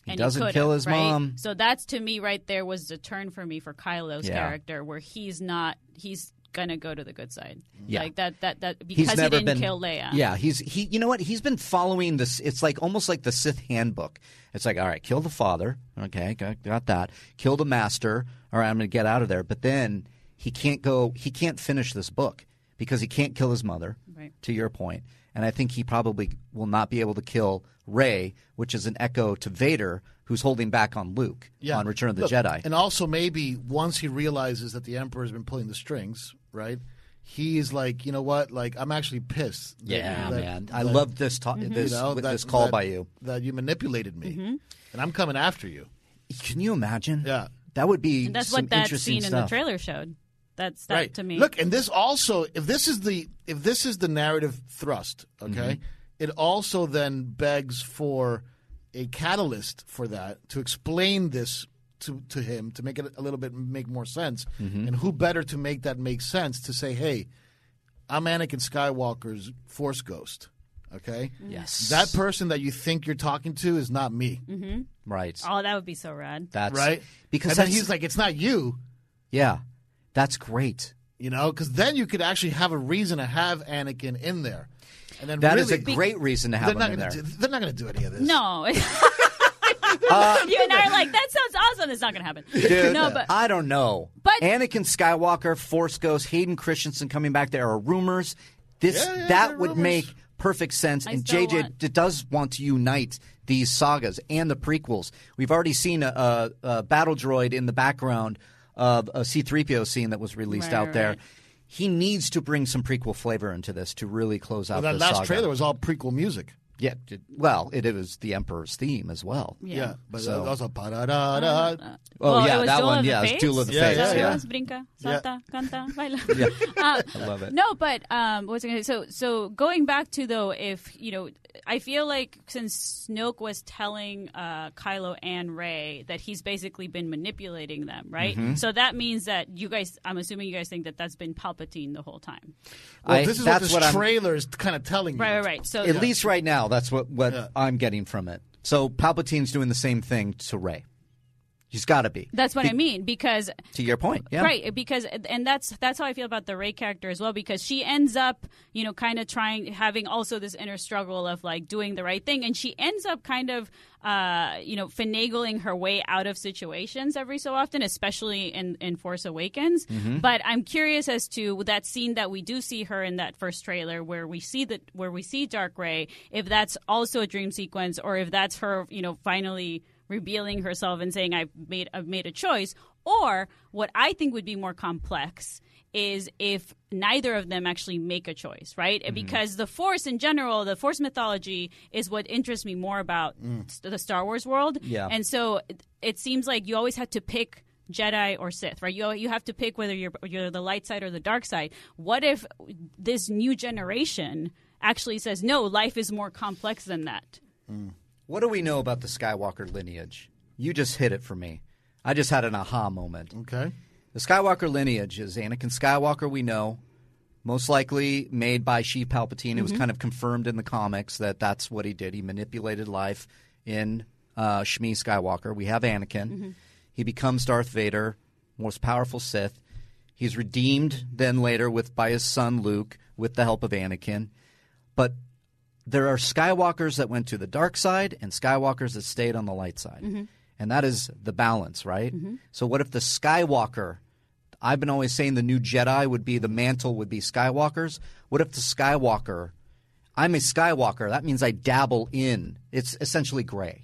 S6: He
S5: doesn't
S6: could've,
S5: kill his
S6: right?
S5: mom.
S6: So that's to me right there was the turn for me for Kylo's
S5: Yeah.
S6: character where he's not he's gonna go to the good side.
S5: Yeah.
S6: Like that that that
S5: He's
S6: because he
S5: never
S6: didn't
S5: been
S6: kill Leia.
S5: Yeah, he's he. You know what? He's been following this. It's like almost like the Sith handbook. It's like all right, kill the father. Okay, got, got that. Kill the master. All right, I'm going to get out of there. But then he can't go. He can't finish this book because he can't kill his mother.
S6: Right.
S5: To your point, and I think he probably will not be able to kill Ray, which is an echo to Vader, who's holding back on Luke
S7: Yeah.
S5: on Return of the
S7: Look,
S5: Jedi.
S7: And also, maybe once he realizes that the Emperor's been pulling the strings, right? He's like, you know what? Like, I'm actually pissed. that-
S5: yeah,
S7: that-
S5: man, I
S7: that,
S5: love this ta-
S6: Mm-hmm.
S7: you
S5: this,
S7: know,
S5: with
S7: that-
S5: this call
S7: that-
S5: by you.
S7: that you manipulated me, and I'm coming after you.
S5: Can you imagine?
S7: Yeah.
S5: That would be
S6: And that's
S5: some
S6: what that
S5: interesting
S6: scene in
S5: stuff.
S6: the trailer showed. That's that
S7: right
S6: to me.
S7: Look, and this also, if this is the if this is the narrative thrust, okay,
S5: Mm-hmm.
S7: it also then begs for a catalyst for that to explain this to to him to make it a little bit make more sense.
S5: Mm-hmm.
S7: And who better to make that make sense to say, hey, I'm Anakin Skywalker's Force ghost. Okay.
S6: Mm-hmm.
S5: Yes.
S7: That person that you think you're talking to is not me,
S6: Mm-hmm.
S5: Right.
S6: Oh, that would be so rad.
S5: That's
S7: right?
S5: Because
S7: and then
S5: that's-
S7: he's like, it's not you.
S5: yeah, that's great.
S7: you know, because then you could actually have a reason to have Anakin in there. And then
S5: That
S7: really,
S5: is a great reason to have
S7: They're
S5: him
S7: not
S5: in
S7: gonna
S5: there.
S7: Do, they're not going to do any of this.
S6: No.
S5: Uh,
S6: you and I are like, that sounds awesome. It's not going to happen. no, but
S5: I don't know.
S6: But-
S5: Anakin Skywalker, Force Ghost, Hayden Christensen coming back. There are rumors. This
S7: Yeah,
S5: that
S7: yeah, there are
S5: would
S7: rumors.
S5: make perfect sense.
S6: I
S5: and
S6: still
S5: JJ
S6: want-
S5: d- does want to unite these sagas and the prequels. We've already seen a, a, a battle droid in the background of a C-3PO scene that was released
S6: Right,
S5: out
S6: right,
S5: there.
S6: right.
S5: He needs to bring some prequel flavor into this to really close out
S7: Well, that
S5: this
S7: last
S5: saga.
S7: trailer was all prequel music.
S5: yeah. d- Well, it, it was the Emperor's theme as well.
S7: Yeah, but
S5: So-
S7: that was a ba da da da.
S5: Oh
S6: Well,
S5: yeah,
S6: it was
S5: that
S6: Duel
S5: one.
S6: of the
S5: yeah, it was
S6: Fates?
S5: Duel of the
S7: Yeah,
S5: Fates.
S7: yeah,
S6: Salta,
S7: yeah.
S6: Mas, brinca, salta, canta, baila. Uh, I
S5: love it.
S6: No, but um, what was I going to say? So, so going back to though, if you know, I feel like since Snoke was telling uh, Kylo and Ray that he's basically been manipulating them, right?
S5: Mm-hmm.
S6: So that means that you guys, I'm assuming you guys think that that's been Palpatine the whole time,
S7: Well,
S5: I-
S7: this is what
S5: that's
S7: this
S5: what I'm-
S7: trailer is kind of telling
S6: right?
S7: you.
S6: Right? right. So
S5: At least right now, that's what what
S7: Yeah.
S5: I'm getting from it. So Palpatine's doing the same thing to Ray. He's got to be.
S6: that's what I mean because
S5: To your point, yeah.
S6: Right, because and that's that's how I feel about the Ray character as well because she ends up, you know, kind of trying having also this inner struggle of like doing the right thing and she ends up kind of uh, you know, finagling her way out of situations every so often, especially in, in Force Awakens. But I'm curious as to that scene that we do see her in that first trailer where we see that where we see Dark Ray, if that's also a dream sequence or if that's her, you know, finally revealing herself and saying I've made I've made a choice or what I think would be more complex is if neither of them actually make a choice, right? Because the Force in general, the Force mythology is what interests me more about s- the Star Wars world.
S5: Yeah.
S6: And so it, it seems like you always had to pick Jedi or Sith, right? You you have to pick whether you're you're the light side or the dark side. What if this new generation actually says no, life is more complex than that?
S5: What do we know about the Skywalker lineage? You just hit it for me. I just had an aha moment.
S7: Okay.
S5: The Skywalker lineage is Anakin Skywalker, we know, most likely made by Sheev Palpatine. It was kind of confirmed in the comics that that's what he did. He manipulated life in uh, Shmi Skywalker. We have Anakin. He becomes Darth Vader, most powerful Sith. He's redeemed then later with by his son Luke with the help of Anakin. But there are Skywalkers that went to the dark side and Skywalkers that stayed on the light side. And that is the balance, right? So, what if the Skywalker, I've been always saying the new Jedi would be the mantle, would be Skywalkers. What if the Skywalker, I'm a Skywalker, that means I dabble in, it's essentially gray.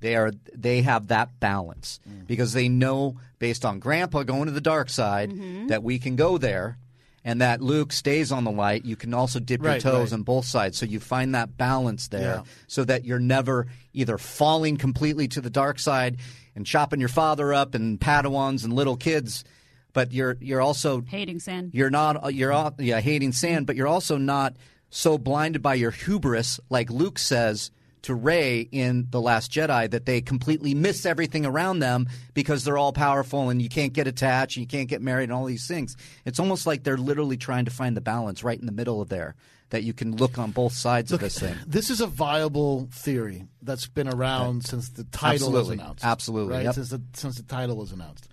S5: They are they have that balance because they know based on grandpa going to the dark side that we can go there and that Luke stays on the light. You can also dip your
S7: Right,
S5: toes
S7: right.
S5: on both sides. So you find that balance there
S7: Yeah.
S5: so that you're never either falling completely to the dark side and chopping your father up and Padawans and little kids, but you're you're also
S6: Hating sand.
S5: you're not uh, you're all, yeah hating sand, but you're also not so blinded by your hubris, like Luke says to Ray in the Last Jedi, that they completely miss everything around them because they're all powerful and you can't get attached and you can't get married and all these things. It's almost like they're literally trying to find the balance right in the middle of there that you can look on both sides of this thing.
S7: This is a viable theory that's been around since the title
S5: Absolutely.
S7: was announced.
S5: Absolutely,
S7: Right?
S5: yep.
S7: Since, the, since the title was announced.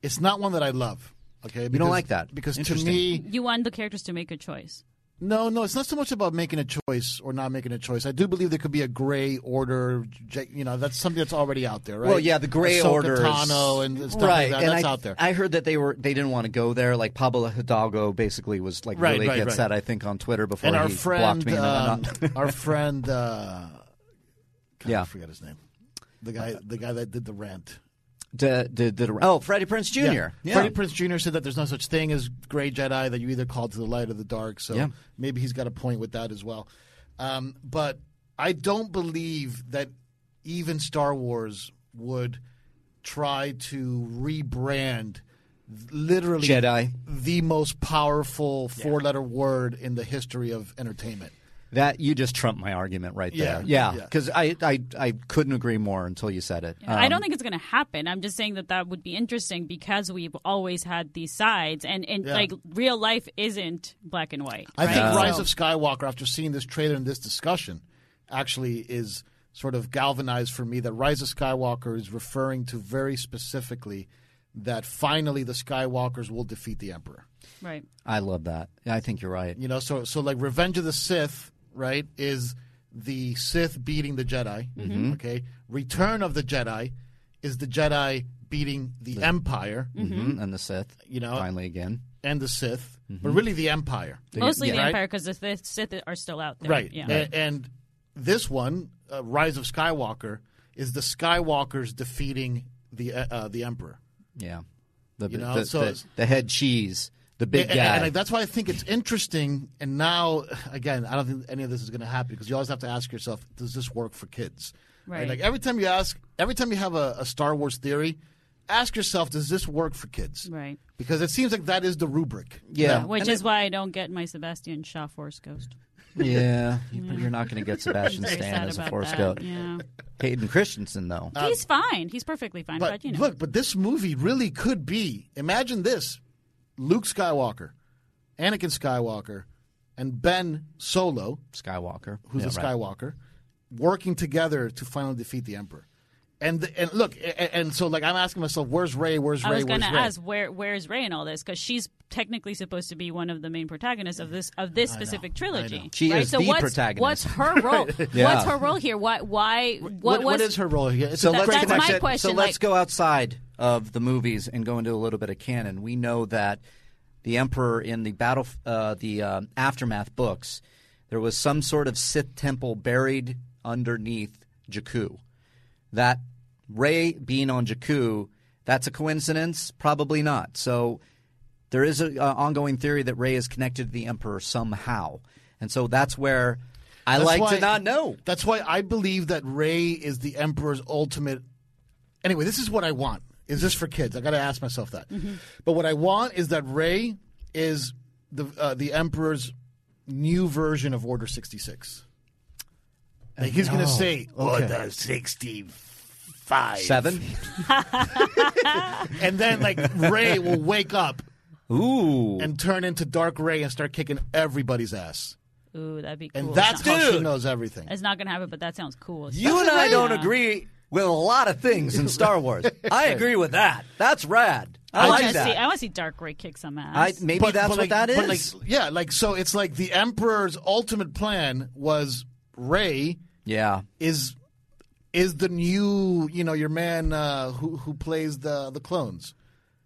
S7: It's not one that I love. Okay. You
S5: like that.
S7: Because to
S5: Interesting.
S7: me,
S6: You want the characters to make a choice.
S7: No, no, it's not so much about making a choice or not making a choice. I do believe there could be a gray order. j- You know, that's something that's already out there, right?
S5: Well, yeah, the Gray
S7: Ahsoka
S5: Order is-
S7: Tano and stuff
S5: right,
S7: like that.
S5: and
S7: that's
S5: I,
S7: out there.
S5: I heard that they were they didn't want to go there. Like Pablo Hidalgo basically was like
S7: Right,
S5: really
S7: right,
S5: gets
S7: right.
S5: that I think on Twitter before
S7: and
S5: he
S7: our
S5: blocked
S7: friend,
S5: me. and then
S7: um,
S5: not-
S7: our friend, uh, God,
S5: Yeah.
S7: I forget his name. The guy, the guy that did the rant.
S5: D- d- d- oh, Freddie Prince Jr. Yeah.
S7: Freddie Prince Jr. said that there's no such thing as gray Jedi, that you either call to the light or the dark. So
S5: Yeah.
S7: maybe he's got a point with that as well. Um, but I don't believe that even Star Wars would try to rebrand literally
S5: Jedi.
S7: the most powerful four letter word in the history of entertainment.
S5: That you just trumped my argument right there.
S7: Yeah.
S5: Yeah,
S7: Yeah.
S5: because I, I I couldn't agree more until you said it.
S6: I
S5: Um,
S6: don't think it's going to happen. I'm just saying that that would be interesting because we've always had these sides, and and
S7: Yeah.
S6: like real life isn't black and white.
S7: I
S6: right?
S7: think Rise
S6: So-
S7: of Skywalker, after seeing this trailer and this discussion, actually is sort of galvanized for me that Rise of Skywalker is referring to very specifically that finally the Skywalkers will defeat the Emperor.
S6: right.
S5: I love that. I think you're right.
S7: You know, so so like Revenge of the Sith, right, is the Sith beating the Jedi.
S6: Mm-hmm.
S7: Okay, Return of the Jedi is the Jedi beating the, Empire
S6: Mm-hmm.
S5: hmm And the Sith,
S7: You know-
S5: finally again.
S7: and the Sith,
S6: Mm-hmm.
S7: but really the Empire.
S6: Mostly the
S7: Right?
S6: Empire because the Sith, Sith are still out there.
S7: Right.
S6: Yeah.
S7: A- And, this one, uh, Rise of Skywalker, is the Skywalkers defeating the uh, uh, the Emperor.
S5: Yeah, the
S7: You know,
S5: the,
S7: so
S5: the-
S7: it's-
S5: the head cheese the big
S7: and,
S5: guy.
S7: and, like, that's why I think it's interesting. And now, again, I don't think any of this is going to happen because you always have to ask yourself, does this work for kids?
S6: Right.
S7: Like every time you ask, every time you have a, a Star Wars theory, ask yourself, does this work for kids?
S6: Right.
S7: Because it seems like that is the rubric.
S5: yeah,
S6: Which is why I don't get my Sebastian Shaw Force Ghost.
S5: yeah. You, You're not going to get Sebastian
S6: Very
S5: Stan
S6: sad
S5: as a
S6: about
S5: Force
S6: that.
S5: Goat.
S6: Yeah.
S5: Hayden Christensen, though.
S6: He's fine. He's perfectly fine. But,
S7: But
S6: you know,
S7: look, but this movie really could be. Imagine this: Luke Skywalker, Anakin Skywalker, and Ben Solo,
S5: Skywalker.
S7: who's
S5: Yeah,
S7: a
S5: right.
S7: Skywalker, working together to finally defeat the Emperor. And and look, and, and so like I'm asking myself, where's Ray? Where's
S6: I
S7: Ray?
S6: was going
S7: Where's
S6: to
S7: Ray?
S6: ask where where's Ray in all this because she's technically supposed to be one of the main protagonists of this of this specific trilogy.
S5: She
S6: right?
S5: is
S6: so
S5: the
S6: what's,
S5: protagonist.
S6: What's her role?
S5: Yeah.
S6: What's her role here? Why? Why? What,
S7: What,
S6: was?
S7: what is her role here? It's
S5: So
S7: a
S6: That-
S5: let's
S7: great
S6: that's
S5: connect
S6: my
S5: it-
S6: question,
S5: So let's
S6: like-
S5: go outside of the movies and go into a little bit of canon. We know that the emperor in the battle, uh, the uh, aftermath books, there was some sort of Sith temple buried underneath Jakku. That Ray being on Jakku, that's a coincidence, probably not. So there is an uh, ongoing theory that Ray is connected to the emperor somehow, and so that's where I
S7: That's
S5: like
S7: why-
S5: to not know.
S7: That's why I believe that Ray is the Emperor's ultimate. Anyway, this is what I want. Is this for kids? I got to ask myself that. But what I want is that Ray is the uh, the Emperor's new version of Order sixty six. Like he's gonna say Order sixty five,
S5: Seven.
S7: and then like Ray will wake up
S5: Ooh.
S7: and turn into Dark Ray and start kicking everybody's ass,
S6: Ooh, that'd be cool.
S7: and
S6: It's
S7: that's
S6: not-
S7: how she knows everything.
S6: It's not gonna happen, but that sounds cool.
S5: You and I don't agree with a lot of things in Star Wars. I agree with that. That's rad. I,
S6: I,
S5: like
S6: want to see. I
S5: that.
S6: want to see Dark Ray kick some
S5: I,
S6: ass.
S5: maybe
S7: But-
S5: that's
S7: but
S5: what
S7: like-
S5: that
S7: but
S5: is.
S7: like- yeah, like so it's like the emperor's ultimate plan was Ray
S5: yeah.
S7: is is the new, you know, your man uh, who who plays the the clones.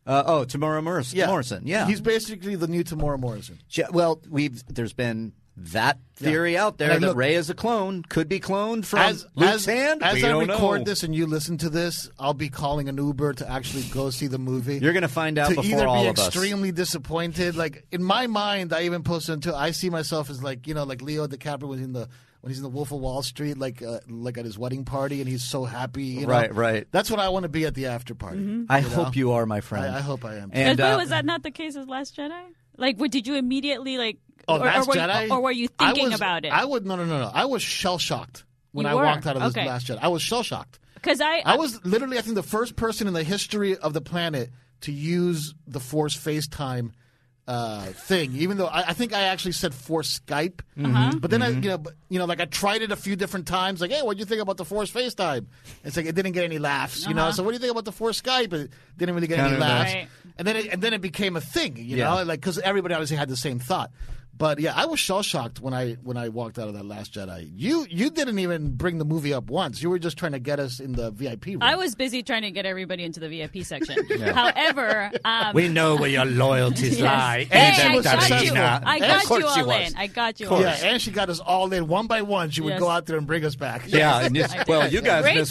S5: Uh, oh, Tamara Morrison. Morrison. Yeah.
S7: He's basically the new Tamora Morrison.
S5: J- well, we've there's been that theory out there
S7: And I
S5: that
S7: look-
S5: Ray is a clone, could be cloned from
S7: As
S5: Luke's
S7: as,
S5: hand.
S7: as
S5: We
S7: I
S5: don't
S7: record
S5: know.
S7: this and you listen to this, I'll be calling an Uber to actually go see the movie.
S5: You're gonna find out
S7: to
S5: before
S7: either
S5: all
S7: be
S5: of us.
S7: extremely disappointed. Like in my mind, I even posted until I see myself as like you know, like Leo DiCaprio was in the when he's in the Wolf of Wall Street, like uh, like at his wedding party, and he's so happy. You know?
S5: Right, right.
S7: That's what I want to be at the after party.
S6: Mm-hmm.
S5: I hope you are, my friend.
S7: I, I hope I am.
S5: And
S6: But
S5: uh,
S6: was that not the case with Last Jedi? Like, what, did you immediately like?
S7: oh,
S6: or, or
S7: Last
S6: were you-
S7: Jedi,
S6: or were you
S7: I
S6: thinking
S7: was-
S6: about it?
S7: I would no, no, no, no. I was shell shocked when
S6: You
S7: I
S6: were?
S7: walked out of this
S6: Okay.
S7: Last Jedi. I was shell shocked.
S6: Because I,
S7: I was literally, I think, the first person in the history of the planet to use the Force FaceTime uh, thing. Even though I, I think I actually said Force Skype,
S6: Mm-hmm. Uh-huh.
S7: but then I, you know, but- you know, like I tried it a few different times. Like, hey, what do you think about the Force FaceTime? It's like it didn't get any laughs, you know. So what do you think about the Force Skype? It didn't really get any
S5: Kinda
S7: laughs.
S6: Uh-huh. Right.
S7: And then, it, and then it became a thing, you
S5: Yeah.
S7: know, like because everybody obviously had the same thought. But yeah, I was shell shocked when I when I walked out of that Last Jedi. You you didn't even bring the movie up once. You were just trying to get us in the VIP room.
S6: I was busy trying to get everybody into the VIP section. However, um,
S5: we know where your loyalties
S6: yes.
S5: lie.
S6: Hey, I
S5: Agent
S6: got you.
S5: Alina.
S6: I
S5: of
S6: got
S5: course
S6: you
S5: she
S6: all
S5: was.
S6: in. I got you
S5: Of
S6: all
S5: course.
S6: in.
S7: Yeah, and she got us all in one by one. She would
S6: Yes.
S7: go out there and bring us back.
S5: Yeah, and it's, well, you guys
S6: Great
S5: missed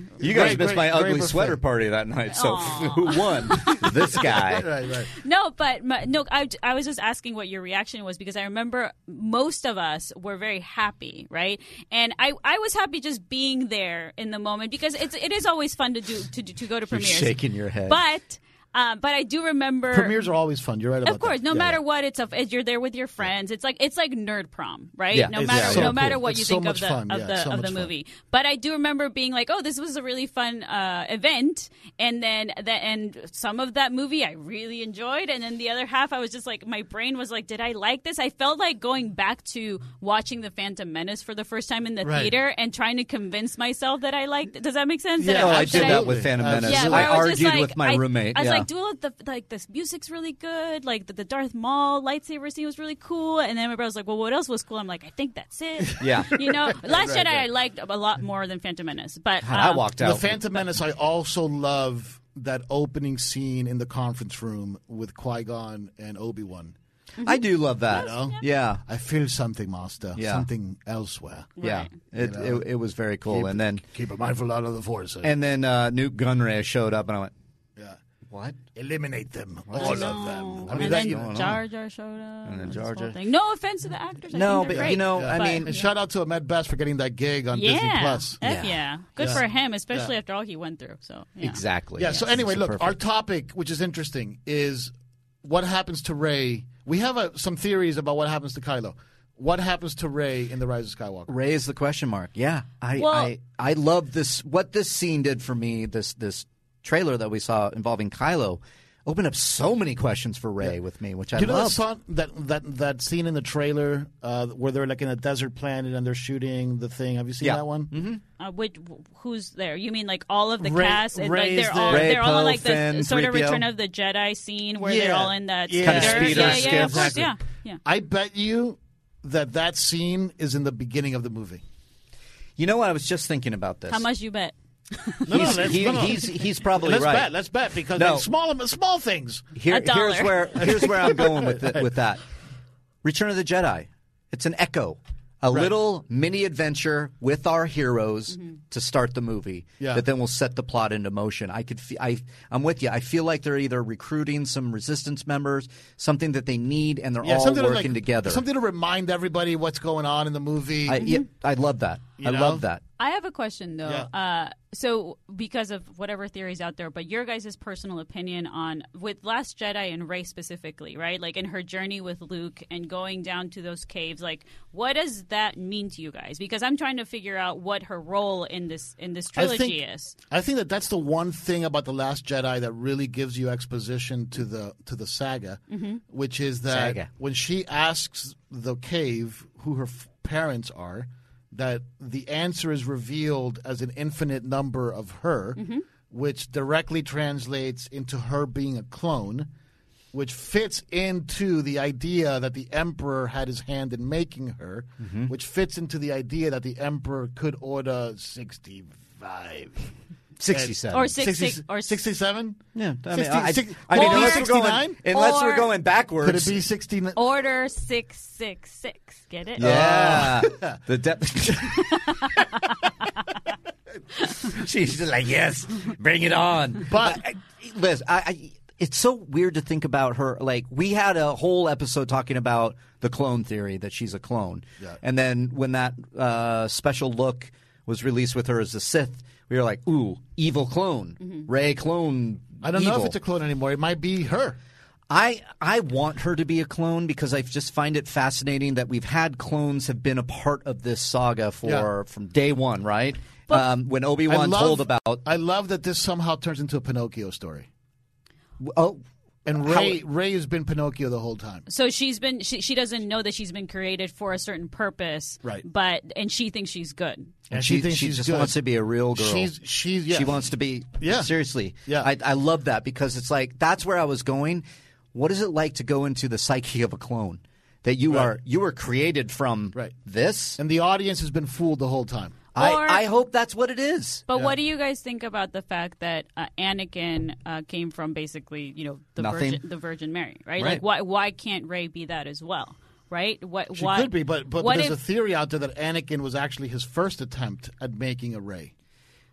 S5: my you guys
S7: Great,
S5: missed
S7: great,
S5: my
S7: great
S5: ugly
S7: buffet.
S5: sweater party that night. So who won? this guy.
S7: right, right.
S6: No, but my, no, I, I was just asking what your reaction was because I remember most of us were very happy, right? And I, I was happy just being there in the moment because it's it is always fun to do to, do- to go to
S5: You're
S6: premieres.
S5: shaking your head.
S6: but um, but I do remember
S7: Premieres are always fun. You're right about
S6: Of course,
S7: that.
S6: no
S7: Yeah,
S6: matter
S7: yeah.
S6: what, it's a, you're there with your friends. It's like it's like nerd prom, right?
S5: Yeah,
S6: no
S5: it's
S6: matter
S5: so
S6: no
S5: cool.
S6: matter what
S7: It's
S6: you
S7: so
S6: think of
S7: much
S6: the
S7: fun.
S6: of
S7: Yeah,
S6: the
S7: it's so
S6: of
S7: much
S6: the
S7: fun.
S6: movie. But I do remember being like, oh, this was a really fun uh, event, and then that and some of that movie I really enjoyed, and then the other half I was just like, my brain was like, did I like this? I felt like going back to watching the Phantom Menace for the first time in the
S7: Right.
S6: theater and trying to convince myself that I liked. it. Does that make sense? That
S5: oh, I did
S6: should
S7: Absolutely.
S5: that with Phantom Menace.
S7: Absolutely.
S6: yeah, where
S5: I,
S6: I, was
S5: argued
S6: just like,
S5: with my
S6: I-
S5: roommate.
S6: I was
S5: yeah.
S6: like, "Dude, look, the, like this music's really good. Like the, the Darth Maul lightsaber scene was really cool." And then my brother was like, "Well, what else was cool?" I'm like, "I think that's it."
S5: Yeah.
S6: you know, Last Jedi I liked a lot more than Phantom Menace, but
S5: God, I
S6: um,
S5: walked
S7: The
S5: out.
S7: Phantom Menace. I also love that opening scene in the conference room with Qui Gon and Obi Wan.
S5: I do love that. Yeah.
S7: I feel something, Master.
S5: Yeah.
S7: Something elsewhere.
S5: Yeah, it, it, it was very cool, and then
S7: Keep a mindful out of the force.
S5: and then uh, Newt Gunray showed up, and I went,
S7: yeah.
S5: What?
S7: Eliminate them, all of them. I mean,
S6: and
S7: that,
S6: then
S7: you know,
S6: Jar Jar showed up. And
S5: then Jar Jar-
S6: Thing. No offense to the actors. I
S5: No,
S6: think they're
S5: but, you
S6: great,
S5: know, I
S6: but-
S5: mean-
S7: and shout out to Ahmed Best for getting that gig on
S6: yeah,
S7: Disney Plus.
S6: Heck yeah. Good
S7: Yeah.
S6: for him, especially after all he went through. So yeah.
S5: Exactly.
S7: Yeah. So anyway,
S5: So
S7: look, our
S5: perfect.
S7: topic, which is interesting, is what happens to Ray. We have uh some theories about what happens to Kylo. What happens to Ray in the Rise of Skywalker?
S5: raise the question mark. Yeah, I,
S6: Well-
S5: I I love this. What this scene did for me, this this trailer that we saw involving Kylo, opened up so many questions for Ray with me, which I
S7: you know that
S5: love.
S7: song, that that that scene in the trailer uh, where they're like in a desert planet and they're shooting the thing. Have you seen
S5: Yeah.
S7: that one? Mm-hmm.
S6: Uh, which, who's there? You mean like all of the
S7: Ray-
S6: cast? And, like
S7: Ray's
S6: they're all
S5: there. Ray,
S6: they're all
S5: Poe,
S6: in like the
S5: Finn,
S6: sort
S5: 3PO.
S6: of Return of the Jedi scene where they're
S7: Yeah.
S6: all in that
S7: Yeah.
S5: Kinda speeder
S6: Yeah, yeah, of
S5: skiff.
S6: course,
S5: Exactly.
S6: yeah, yeah.
S7: I bet you that that scene is in the beginning of the movie.
S5: you know what? I was just thinking about this.
S6: How much you bet?
S7: No,
S5: He's, he- he's he's probably
S7: let's
S5: right.
S7: bet. Let's bet because
S5: No.
S7: it's small small things.
S5: Here-
S6: A dollar.
S5: Here's where here's where I'm going with it, with that. Return of the Jedi. It's an echo, a little mini adventure with our heroes
S6: Mm-hmm.
S5: to start the movie.
S7: Yeah.
S5: That then will set the plot into motion. I could fe- I I'm with you. I feel like they're either recruiting some resistance members, something that they need, and they're all
S7: something
S5: working
S7: to, like,
S5: together.
S7: Something to remind everybody what's going on in the movie.
S5: I, yeah, I love that. I
S7: know?
S5: love that.
S6: I have a question though.
S7: Yeah.
S6: Uh, so because of whatever theories out there, but your guys' personal opinion on with Last Jedi and Rey specifically, right? Like in her journey with Luke and going down to those caves, like what does that mean to you guys? Because I'm trying to figure out what her role in this in this
S7: I
S6: trilogy
S7: think,
S6: is.
S7: I think that that's the one thing about the Last Jedi that really gives you exposition to the to the saga, which is that
S5: Saga.
S7: when she asks the cave who her f- parents are, that the answer is revealed as an infinite number of her, which directly translates into her being a clone, which fits into the idea that the emperor had his hand in making her, which fits into the idea that the emperor could order sixty-five.
S5: Sixty-seven.
S6: Or six, six,
S7: 60
S6: or six.
S7: 67?
S5: yeah, I mean,
S7: 60
S5: I,
S7: six-
S5: I mean,
S7: could it be
S5: unless we're going,
S7: 69?
S5: unless
S6: Or-
S5: we're going backwards,
S7: Could it be 69?
S6: Order six six six. Get it?
S5: Yeah. the depth. She's just like, yes, bring it on. But I, Liz, I, I, it's so weird to think about her. Like, we had a whole episode talking about the clone theory that she's a clone.
S7: Yeah.
S5: And then when that uh, special look was released with her as a Sith, we were like, ooh, evil clone. Ray clone.
S7: I don't know
S5: evil.
S7: if it's a clone anymore. It might be her.
S5: I I want her to be a clone because I just find it fascinating that we've had clones have been a part of this saga for
S7: Yeah.
S5: from day one, right? um, when Obi
S7: I
S5: Wan
S7: love-
S5: told about
S7: I love that this somehow turns into a Pinocchio story.
S5: oh
S7: And Ray, Ray has been Pinocchio the whole time.
S6: So she's been she, she doesn't know that she's been created for a certain purpose,
S7: Right.
S6: But and she thinks she's good.
S7: And
S5: she, she just wants to be a real girl.
S7: She's, she's, yeah.
S5: She wants to be.
S7: Yeah.
S5: Seriously.
S7: Yeah.
S5: I, I love that because it's like that's where I was going. What is it like to go into the psyche of a clone? That you are you were created from
S7: Right.
S5: this.
S7: And the audience has been fooled the whole time.
S5: I,
S6: Or-
S5: I hope that's what it is.
S6: But what do you guys think about the fact that uh, Anakin uh, came from basically, you know, the
S5: Nothing.
S6: Virgin, the Virgin Mary, right?
S5: Right.
S6: Like, why why can't Ray be that as well, right? What
S7: She
S6: why
S7: could be, but, but,
S6: what
S7: there's a
S6: if
S7: theory out there that Anakin was actually his first attempt at making a Ray.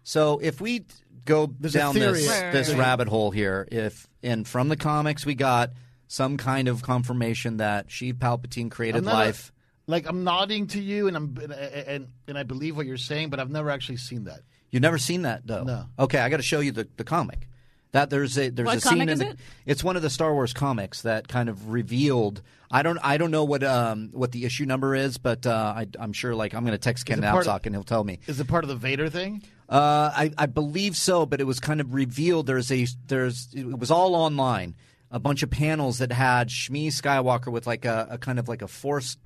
S5: So if we go
S7: a
S5: down
S7: theory.
S5: this
S7: Right, right,
S5: this
S6: right.
S5: rabbit hole here, if and from the comics we got some kind of confirmation that she Palpatine created
S7: I'm not a-
S5: life.
S7: like I'm nodding to you, and I'm and, and and I believe what you're saying, but I've never actually seen that.
S5: You've never seen that though.
S7: No.
S5: Okay, I got to show you the, the comic. That there's a there's
S6: What
S5: a scene
S6: comic
S5: in
S6: is
S5: the,
S6: it?
S5: it's one of the Star Wars comics that kind of revealed. I don't I don't know what um what the issue number is, but uh, I, I'm sure like I'm going to text Ken
S7: it part of-
S5: Napsok and he'll tell me.
S7: Is it part of the Vader thing?
S5: Uh, I, I believe so, but it was kind of revealed. There's a there's it was all online. A bunch of panels that had Shmi Skywalker with like a, a kind of like a forced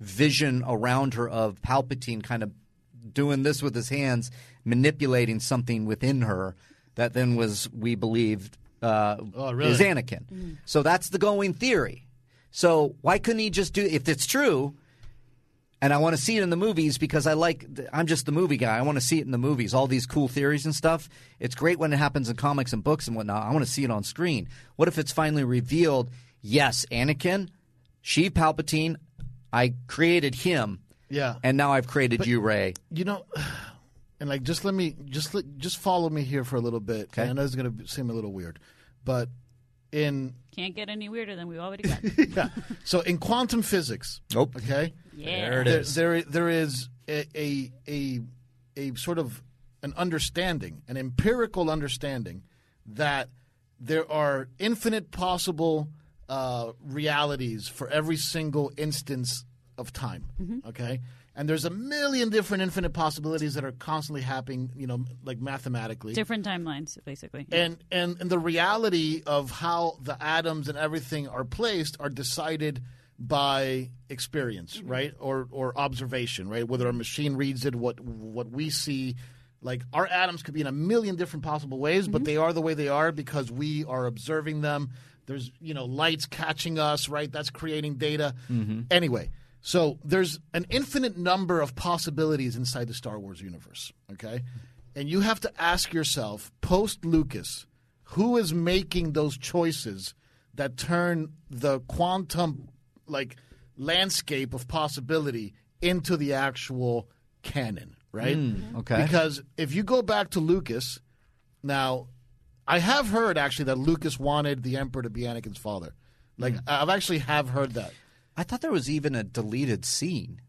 S5: vision around her of Palpatine, kind of doing this with his hands, manipulating something within her that then was we believed uh,
S7: Oh, really?
S5: is Anakin. So that's the going theory. So why couldn't he just do if it's true? and I want to see it in the movies because I like. I'm just the movie guy. I want to see it in the movies. All these cool theories and stuff. It's great when it happens in comics and books and whatnot. I want to see it on screen. What if it's finally revealed? Yes, Anakin, she Palpatine. I created him,
S7: Yeah,
S5: and now I've created you, Ray.
S7: you know, and like just let me just let, just follow me here for a little bit. And I know it's going to seem a little weird, But in
S6: Can't get any weirder than we already got.
S7: so in quantum physics,
S5: Nope.
S7: okay,
S6: Yeah.
S5: it
S7: there,
S5: is.
S7: there there is a a, a a sort of an understanding, an empirical understanding that there are infinite possible uh, realities for every single instance of time. Okay, and there's a million different infinite possibilities that are constantly happening. You know, like mathematically,
S6: Different timelines, basically.
S7: and, and and the reality of how the atoms and everything are placed are decided by experience, right? Or or observation, right? Whether a machine reads it, what what we see, like our atoms could be in a million different possible ways, but they are the way they are because we are observing them. There's you know lights catching us, right? That's creating data. Anyway, so there's an infinite number of possibilities inside the Star Wars universe. Okay, and you have to ask yourself, post Lucas, who is making those choices that turn the quantum like landscape of possibility into the actual canon, right?
S5: okay.
S7: Because if you go back to Lucas, now I have heard actually that Lucas wanted the Emperor to be Anakin's father. Like I've actually have heard that.
S5: I thought there was even a deleted scene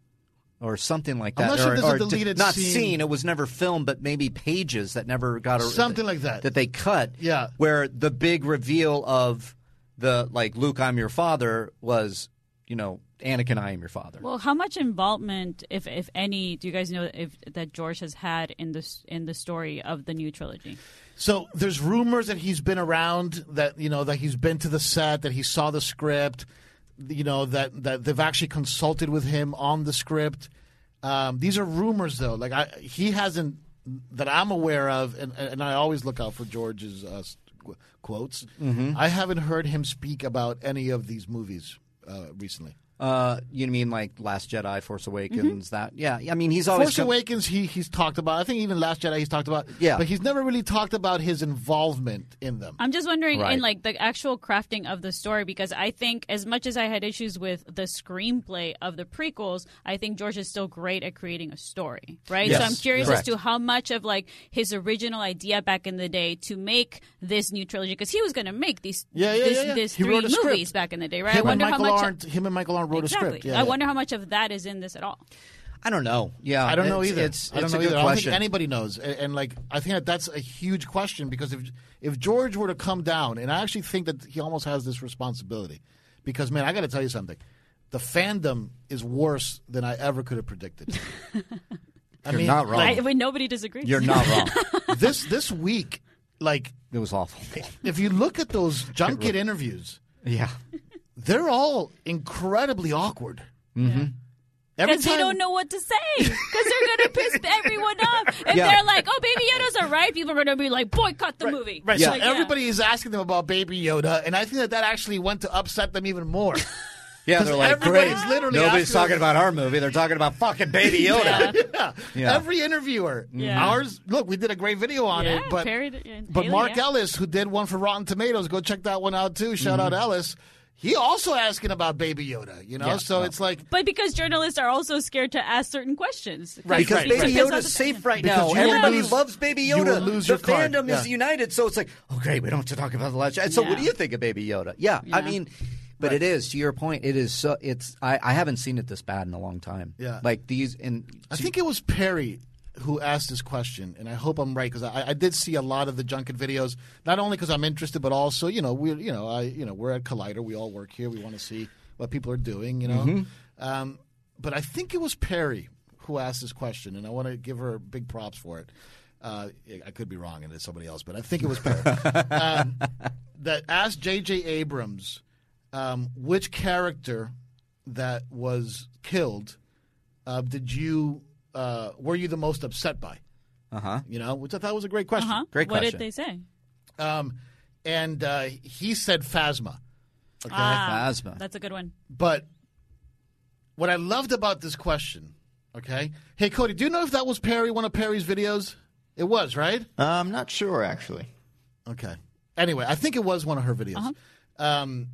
S5: or something like that.
S7: I'm not sure
S5: or,
S7: if there's a
S5: or de-
S7: deleted
S5: not
S7: scene.
S5: scene. It was never filmed, but maybe pages that never got a,
S7: Something like that.
S5: that they cut.
S7: Yeah.
S5: where the big reveal of the like Luke, I'm your father was you know Anakin, I am your father.
S6: Well, how much involvement, if if any, do you guys know if that George has had in this in the story of the new trilogy?
S7: So there's rumors that he's been around, that you know that he's been to the set, that he saw the script, you know that that they've actually consulted with him on the script. Um, these are rumors though. Like I, he hasn't that I'm aware of, and and I always look out for George's uh, s- qu- quotes.
S5: Mm-hmm.
S7: I haven't heard him speak about any of these movies uh, recently.
S5: uh, you mean like Last Jedi, Force Awakens? That yeah, I mean Oh, he's always
S7: Mm-hmm. Force
S5: come-
S7: Awakens, he he's talked about. I think even Last Jedi, he's talked about.
S5: Yeah.
S7: but he's never really talked about his involvement in them.
S6: I'm just wondering
S5: Right.
S6: in like the actual crafting of the story because I think as much as I had issues with the screenplay of the prequels, I think George is still great at creating a story, right?
S5: Yes.
S6: So I'm curious
S5: Correct.
S6: as to how much of like his original idea back in the day to make this new trilogy because he was going to make these
S7: Yeah, yeah,
S6: this,
S7: yeah, yeah.
S6: this
S7: He
S6: three
S7: wrote a
S6: movies
S7: script.
S6: back in the day, right? I
S7: Him and
S6: wonder
S7: Michael
S6: how much
S7: Arndt, him and Michael Arndt wrote
S6: exactly.
S7: a script. Yeah,
S6: I
S7: yeah.
S6: wonder how much of that is in this at all.
S5: I don't know. Yeah,
S7: I don't know
S5: it's-
S7: either.
S5: It's,
S7: I don't
S5: it's
S7: know
S5: a good
S7: either. I don't
S5: question.
S7: think anybody knows. And, and, like, I think that that's a huge question because if if George were to come down, and I actually think that he almost has this responsibility, because man, I got to tell you something, the fandom is worse than I ever could have predicted. I
S5: You're
S7: mean,
S5: not wrong.
S6: I, when nobody disagrees,
S5: You're not wrong.
S7: like, this this week, like,
S5: it was awful.
S7: if you look at those junket interviews,
S5: Yeah.
S7: they're all incredibly awkward. Mm-hmm. Every
S6: Because
S7: time,
S6: they don't know what to say. Because they're going to piss everyone off. If
S5: Yeah.
S6: they're like, oh, Baby Yoda's all right, people are going to be like, boycott the movie.
S7: Right,
S5: Yeah.
S7: so
S6: Like,
S7: everybody is asking them about Baby Yoda, and I think that that actually went to upset them even more.
S5: Yeah,
S7: 'Cause
S5: they're like,
S7: everybody's
S5: great.
S7: literally
S5: Nobody's
S7: asking
S5: talking
S7: them-
S5: about our movie. They're talking about fucking Baby Yoda.
S7: yeah.
S5: Yeah.
S7: every interviewer,
S6: Yeah.
S7: ours. Look, we did a great video on
S6: Yeah,
S7: it, but
S6: parried it in
S7: but
S6: Haley,
S7: Mark
S6: yeah.
S7: Ellis, who did one for Rotten Tomatoes, go check that one out too. Shout out
S5: Mm-hmm.
S7: Ellis. He also asking about Baby Yoda, you know. so it's like
S6: But because journalists are also scared to ask certain questions.
S7: Right,
S5: Because
S7: right,
S5: Baby
S6: Because that's
S5: Yoda's
S6: the-
S5: safe right
S7: Because
S5: now.
S7: you will
S5: Everybody
S7: lose-
S5: loves Baby
S7: you
S5: Yoda.
S7: will lose
S5: the
S7: your card.
S5: fandom is
S7: Yeah.
S5: united, so it's like, oh great, we don't have to talk about the last Jedi. So
S6: Yeah.
S5: what do you think of Baby Yoda? Yeah, I
S6: Yeah.
S5: mean, but it is to your point. It is so. It's I, I haven't seen it this bad in a long time.
S7: Yeah.
S5: like these and
S7: I think it was Perry who asked this question, and I hope I'm right because I, I did see a lot of the junket videos. Not only because I'm interested, but also you know we are you know I you know we're at Collider. We all work here. We want to see what people are doing. You know, um, but I think it was Perry who asked this question, and I want to give her big props for it. Uh, I could be wrong, and it's somebody else, but I think it was Perry um, that asked J.J. Abrams um, which character that was killed uh, did you uh, were you the most upset by?
S5: uh huh.
S7: You know, which I thought was a great question.
S6: Huh?
S5: Great
S6: What
S5: question.
S6: did they say?
S7: Um, and uh, he said Phasma, okay.
S6: Ah.
S5: Phasma.
S6: That's a good one.
S7: But what I loved about this question, okay, hey Cody, do you know if that was Perry one of Perry's videos? It was right.
S8: Uh, I'm not sure actually.
S7: Okay. Anyway, I think it was one of her videos. Um,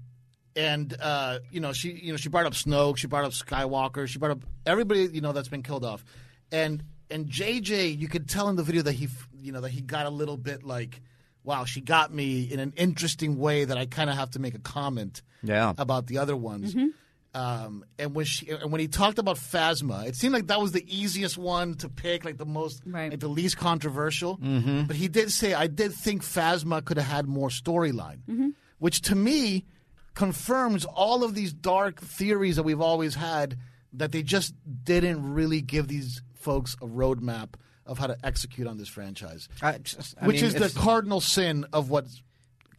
S7: and uh, you know, she you know she brought up Snoke, she brought up Skywalker, she brought up everybody you know that's been killed off, and and JJ, you could tell in the video that he f- you know that he got a little bit like wow, she got me in an interesting way that I kind of have to make a comment
S5: Yeah.
S7: about the other ones.
S6: Mm-hmm.
S7: Um, and when she and when he talked about Phasma, it seemed like that was the easiest one to pick, like the most,
S6: Right.
S7: like the least controversial.
S5: Mm-hmm.
S7: But he did say, I did think Phasma could have had more storyline,
S6: Mm-hmm.
S7: which to me confirms all of these dark theories that we've always had that they just didn't really give these folks a roadmap of how to execute on this franchise,
S5: I just- I
S7: which
S5: mean,
S7: is the
S5: it's-
S7: cardinal sin of what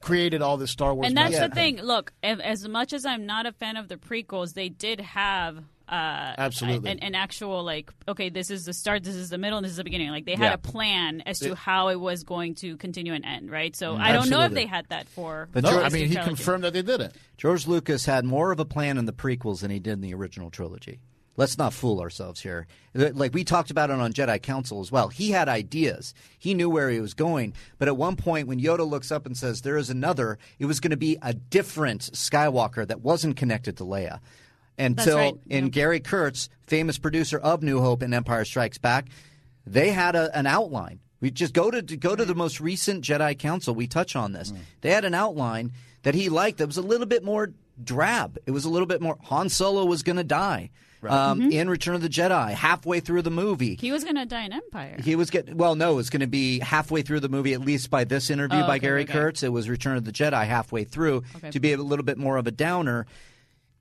S7: created all this Star Wars.
S6: And that's
S7: mess.
S6: the thing. Look, if, as much as I'm not a fan of the prequels, they did have uh,
S7: Absolutely.
S6: an, an actual like, okay, this is the start, this is the middle, and this is the beginning. Like they had
S5: Yeah.
S6: a plan as to how it was going to continue and end, right? So I don't know if
S7: Mm-hmm. Absolutely.
S6: they had that for.
S5: But
S7: No,
S5: George-
S7: I
S6: Rescue
S7: mean he
S6: Trilogy.
S7: confirmed that they did it.
S5: George Lucas had more of a plan in the prequels than he did in the original trilogy. Let's not fool ourselves here. Th- Like we talked about it on Jedi Council as well. He had ideas. He knew where he was going. But at one point, when Yoda looks up and says, "There is another," it was going to be a different Skywalker that wasn't connected to Leia. Until
S6: right,
S5: in
S6: yeah.
S5: Gary Kurtz, famous producer of New Hope and Empire Strikes Back, they had a, an outline. We just go to, to go to the most recent Jedi Council. We touch on
S6: Hmm.
S5: this. They had an outline that he liked. That was a little bit more drab. It was a little bit more. Han Solo was going to die um, in Return of the Jedi halfway through the movie.
S6: Mm-hmm. he was going to die in Empire.
S5: He was getting well. No, it was going to be halfway through the movie, at least by this interview
S6: Oh,
S5: by
S6: okay,
S5: Gary
S6: okay.
S5: Kurtz. It was Return of the Jedi halfway through
S6: Okay.
S5: to be a little bit more of a downer.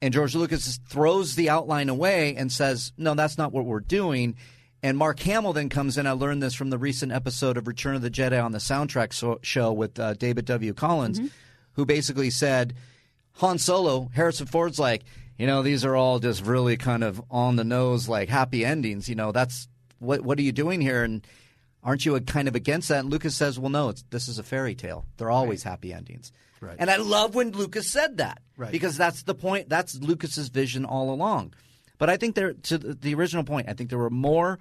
S5: And George Lucas throws the outline away and says, "No, that's not what we're doing." And Mark Hamill then comes in. I learned this from the recent episode of Return of the Jedi on the soundtrack so- show with uh, David W. Collins, who basically said, Han Solo, Harrison Ford's like, you know, these are all just really kind of on the nose, like happy endings. You know, that's what what are you doing here? And aren't you a, kind of against that? And Lucas says, well, no, it's, this is a fairy tale. They're always happy endings. Right. And I love when Lucas said that right. because that's the point. That's Lucas's vision all along. But I think there to the the original point. I think there were more.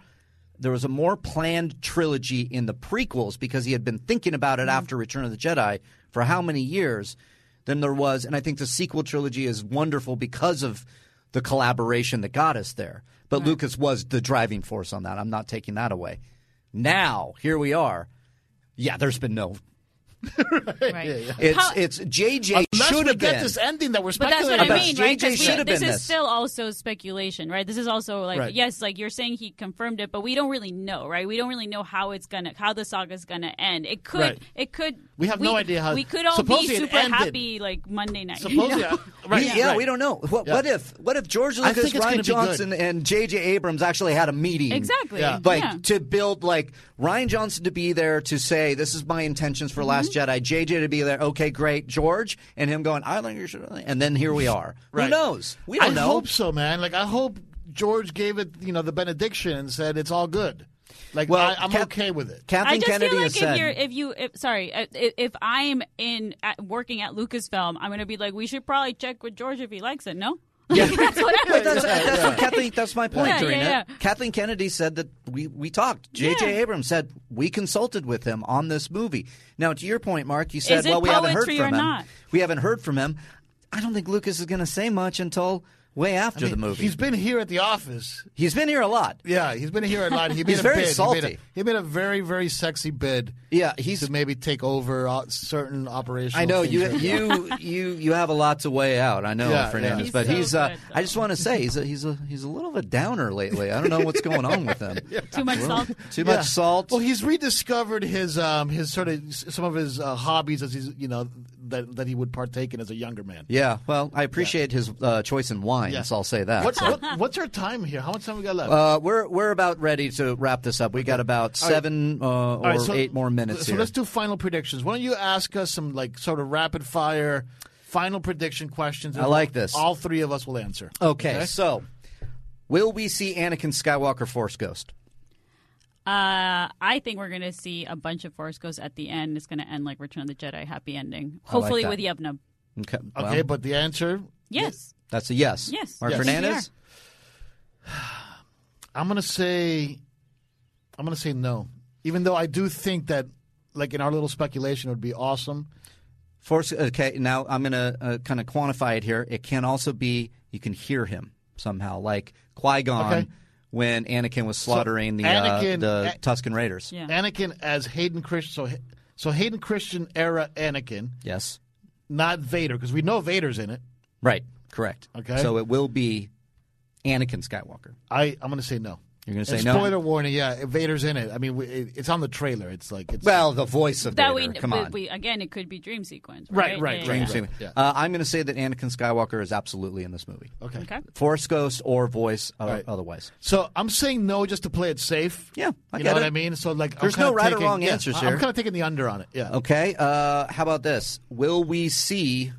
S5: There was a more planned trilogy in the prequels because he had been thinking about
S7: Mm-hmm.
S5: it after Return of the Jedi for how many years than there was. And I think the sequel trilogy is wonderful because of the collaboration that got us there. But Lucas was the driving force on that. I'm not taking that away. Now here we are. Yeah, there's been no.
S6: right.
S5: It's
S6: How-
S5: it's JJ
S7: Unless
S5: should
S7: we
S5: have
S7: get
S5: been.
S7: this ending that we're
S6: But that's
S7: speculating
S6: what I
S5: But
S6: mean,
S5: JJ
S6: right? 'Cause we-
S5: should have
S6: this
S5: been
S6: is
S5: this.
S6: still also speculation, right? This is also like
S7: Right.
S6: yes, like you're saying he confirmed it, but we don't really know, right? We don't really know how it's gonna how the saga's gonna end. It could
S7: Right.
S6: it could
S7: We have no idea how-
S6: we could all be
S7: supposedly it
S6: super
S7: ended.
S6: happy like Monday night.
S7: Supposedly,
S6: you know?
S7: I- right?
S5: We- yeah,
S7: right.
S5: we don't know. What, what if what if George
S7: I think
S5: Lucas,
S7: it's
S5: Ryan
S7: gonna be good.
S5: Johnson, and J.J. Abrams actually had a meeting?
S6: Exactly.
S7: Yeah.
S5: like
S6: yeah.
S5: to build like Ryan Johnson to be there to say this is my intentions for Last
S6: Mm-hmm.
S5: Jedi, JJ to be there. Okay, great, George, and him going I think you should, and then here we are. Who
S7: Right.
S5: knows? We don't
S7: I
S5: know.
S7: hope so, man. Like I hope George gave it, you know, the benediction and said it's all good. Like
S5: Well,
S7: I, I'm
S5: Cap-
S7: okay with it.
S5: Kathleen
S6: I just
S5: Kennedy
S6: feel like
S5: has
S6: if
S5: said,
S6: you're if you if, sorry if, if I'm in at, working at Lucasfilm, I'm gonna be like we should probably check with George if he likes it. No,
S5: Yeah.
S6: that's what I
S5: But that's, that's what Kathleen. That's my point.
S6: Yeah,
S5: Karina.
S6: yeah, yeah.
S5: Kathleen Kennedy said that we we talked. J.J.
S6: Yeah.
S5: Abrams said we consulted with him on this movie. Now, to your point, Mark, you said,
S6: Is it
S5: "Well, we haven't heard from
S6: poetry
S5: him.
S6: or not?
S5: We haven't heard from him." I don't think Lucas is going to say much until way after the movie.
S7: He's been here at the office.
S5: he's been here a lot.
S7: Yeah, he's been here a lot. He made
S5: He's
S7: a
S5: very
S7: bid. He made
S5: salty.
S7: a, he made a very, very sexy bid.
S5: Yeah, he's-
S7: to maybe take over uh, certain operations.
S5: I know you you you you have a lot to weigh out. I know
S7: Yeah, yeah.
S5: Fernandez,
S6: He's
S5: but
S6: so
S5: he's. Uh,
S6: good,
S5: I just want to say he's a, he's a he's a little of a downer lately. I don't know what's going on with him.
S6: too much salt.
S5: Too
S7: Yeah.
S5: much salt.
S7: Well, he's rediscovered his um his sort of some of his uh, hobbies as he's you know that that he would partake in as a younger man.
S5: yeah. Well, I appreciate his uh, choice in wines. I'll say that.
S7: What's,
S5: So-
S7: what, what's our time here? How much time we got left?
S5: Uh, we're we're about ready to wrap this up. We got about seven uh, or
S7: All right, so-
S5: eight more minutes
S7: So
S5: here.
S7: let's do final predictions. Why don't you ask us some like sort of rapid fire final prediction questions? and
S5: I like this.
S7: All three of us will answer.
S5: okay, so will we see Anakin Skywalker Force Ghost?
S6: Uh, I think we're going to see a bunch of Force Ghosts at the end. It's going to end like Return of the Jedi, happy ending. Hopefully
S5: that.
S6: with Yevna.
S5: Okay, well,
S7: Okay, but the answer
S6: Yes.
S5: that's a yes.
S6: Yes.
S5: Mark
S6: Yes.
S5: Fernandez.
S7: I'm gonna say I'm gonna say no. Even though I do think that like in our little speculation it would be awesome.
S5: Force. Okay, now I'm gonna uh, kind of quantify it here. It can also be you can hear him somehow, like Qui Gon
S7: Okay.
S5: when Anakin was slaughtering the
S7: Anakin-
S5: uh, the
S7: A-
S5: Tusken Raiders.
S6: Yeah.
S7: Anakin as Hayden Christensen so So Hayden Christian era Anakin,
S5: Yes.
S7: not Vader, because we know Vader's in it.
S5: Right. Correct.
S7: Okay.
S5: So it will be Anakin Skywalker.
S7: I I'm gonna say no.
S5: You're gonna
S7: And
S5: say no?
S7: spoiler warning. Yeah, Vader's in it. I mean, we- it, it's on the trailer. It's like it's
S5: Well, the voice of
S6: That
S5: Vader.
S6: we,
S5: Come
S6: we,
S5: on.
S6: we again, it could be dream sequence.
S7: Right,
S6: Right,
S7: right,
S6: Yeah,
S7: dream
S6: yeah.
S5: Same-
S7: Yeah.
S5: Uh, I'm going to say that Anakin Skywalker is absolutely in this movie.
S7: okay.
S6: Okay.
S5: Force Ghost or voice o-
S7: Right.
S5: otherwise.
S7: So I'm saying no just to play it safe.
S5: Yeah, I
S7: you
S5: get
S7: know what
S5: it.
S7: I mean. So like, I'm
S5: There's
S7: kinda
S5: no right or
S7: taking-
S5: wrong
S7: yeah,
S5: answers
S7: I-
S5: here.
S7: I'm kind of taking the under on it. Yeah.
S5: Okay. Uh, how about this? Will we see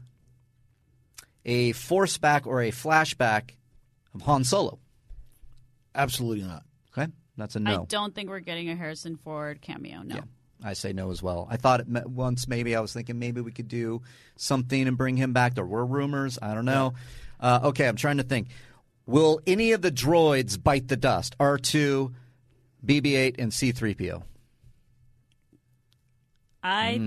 S5: a force back or a flashback of Han Solo?
S7: Absolutely not.
S5: Okay. That's a
S6: I
S5: no.
S6: don't think we're getting a Harrison Ford cameo. No.
S5: Yeah. I say no as well. I thought it me- once maybe I was thinking maybe we could do something and bring him back. There were rumors. I don't know. Uh, okay, I'm trying to think. Will any of the droids bite the dust? R2, BB8, and C3PO,
S6: I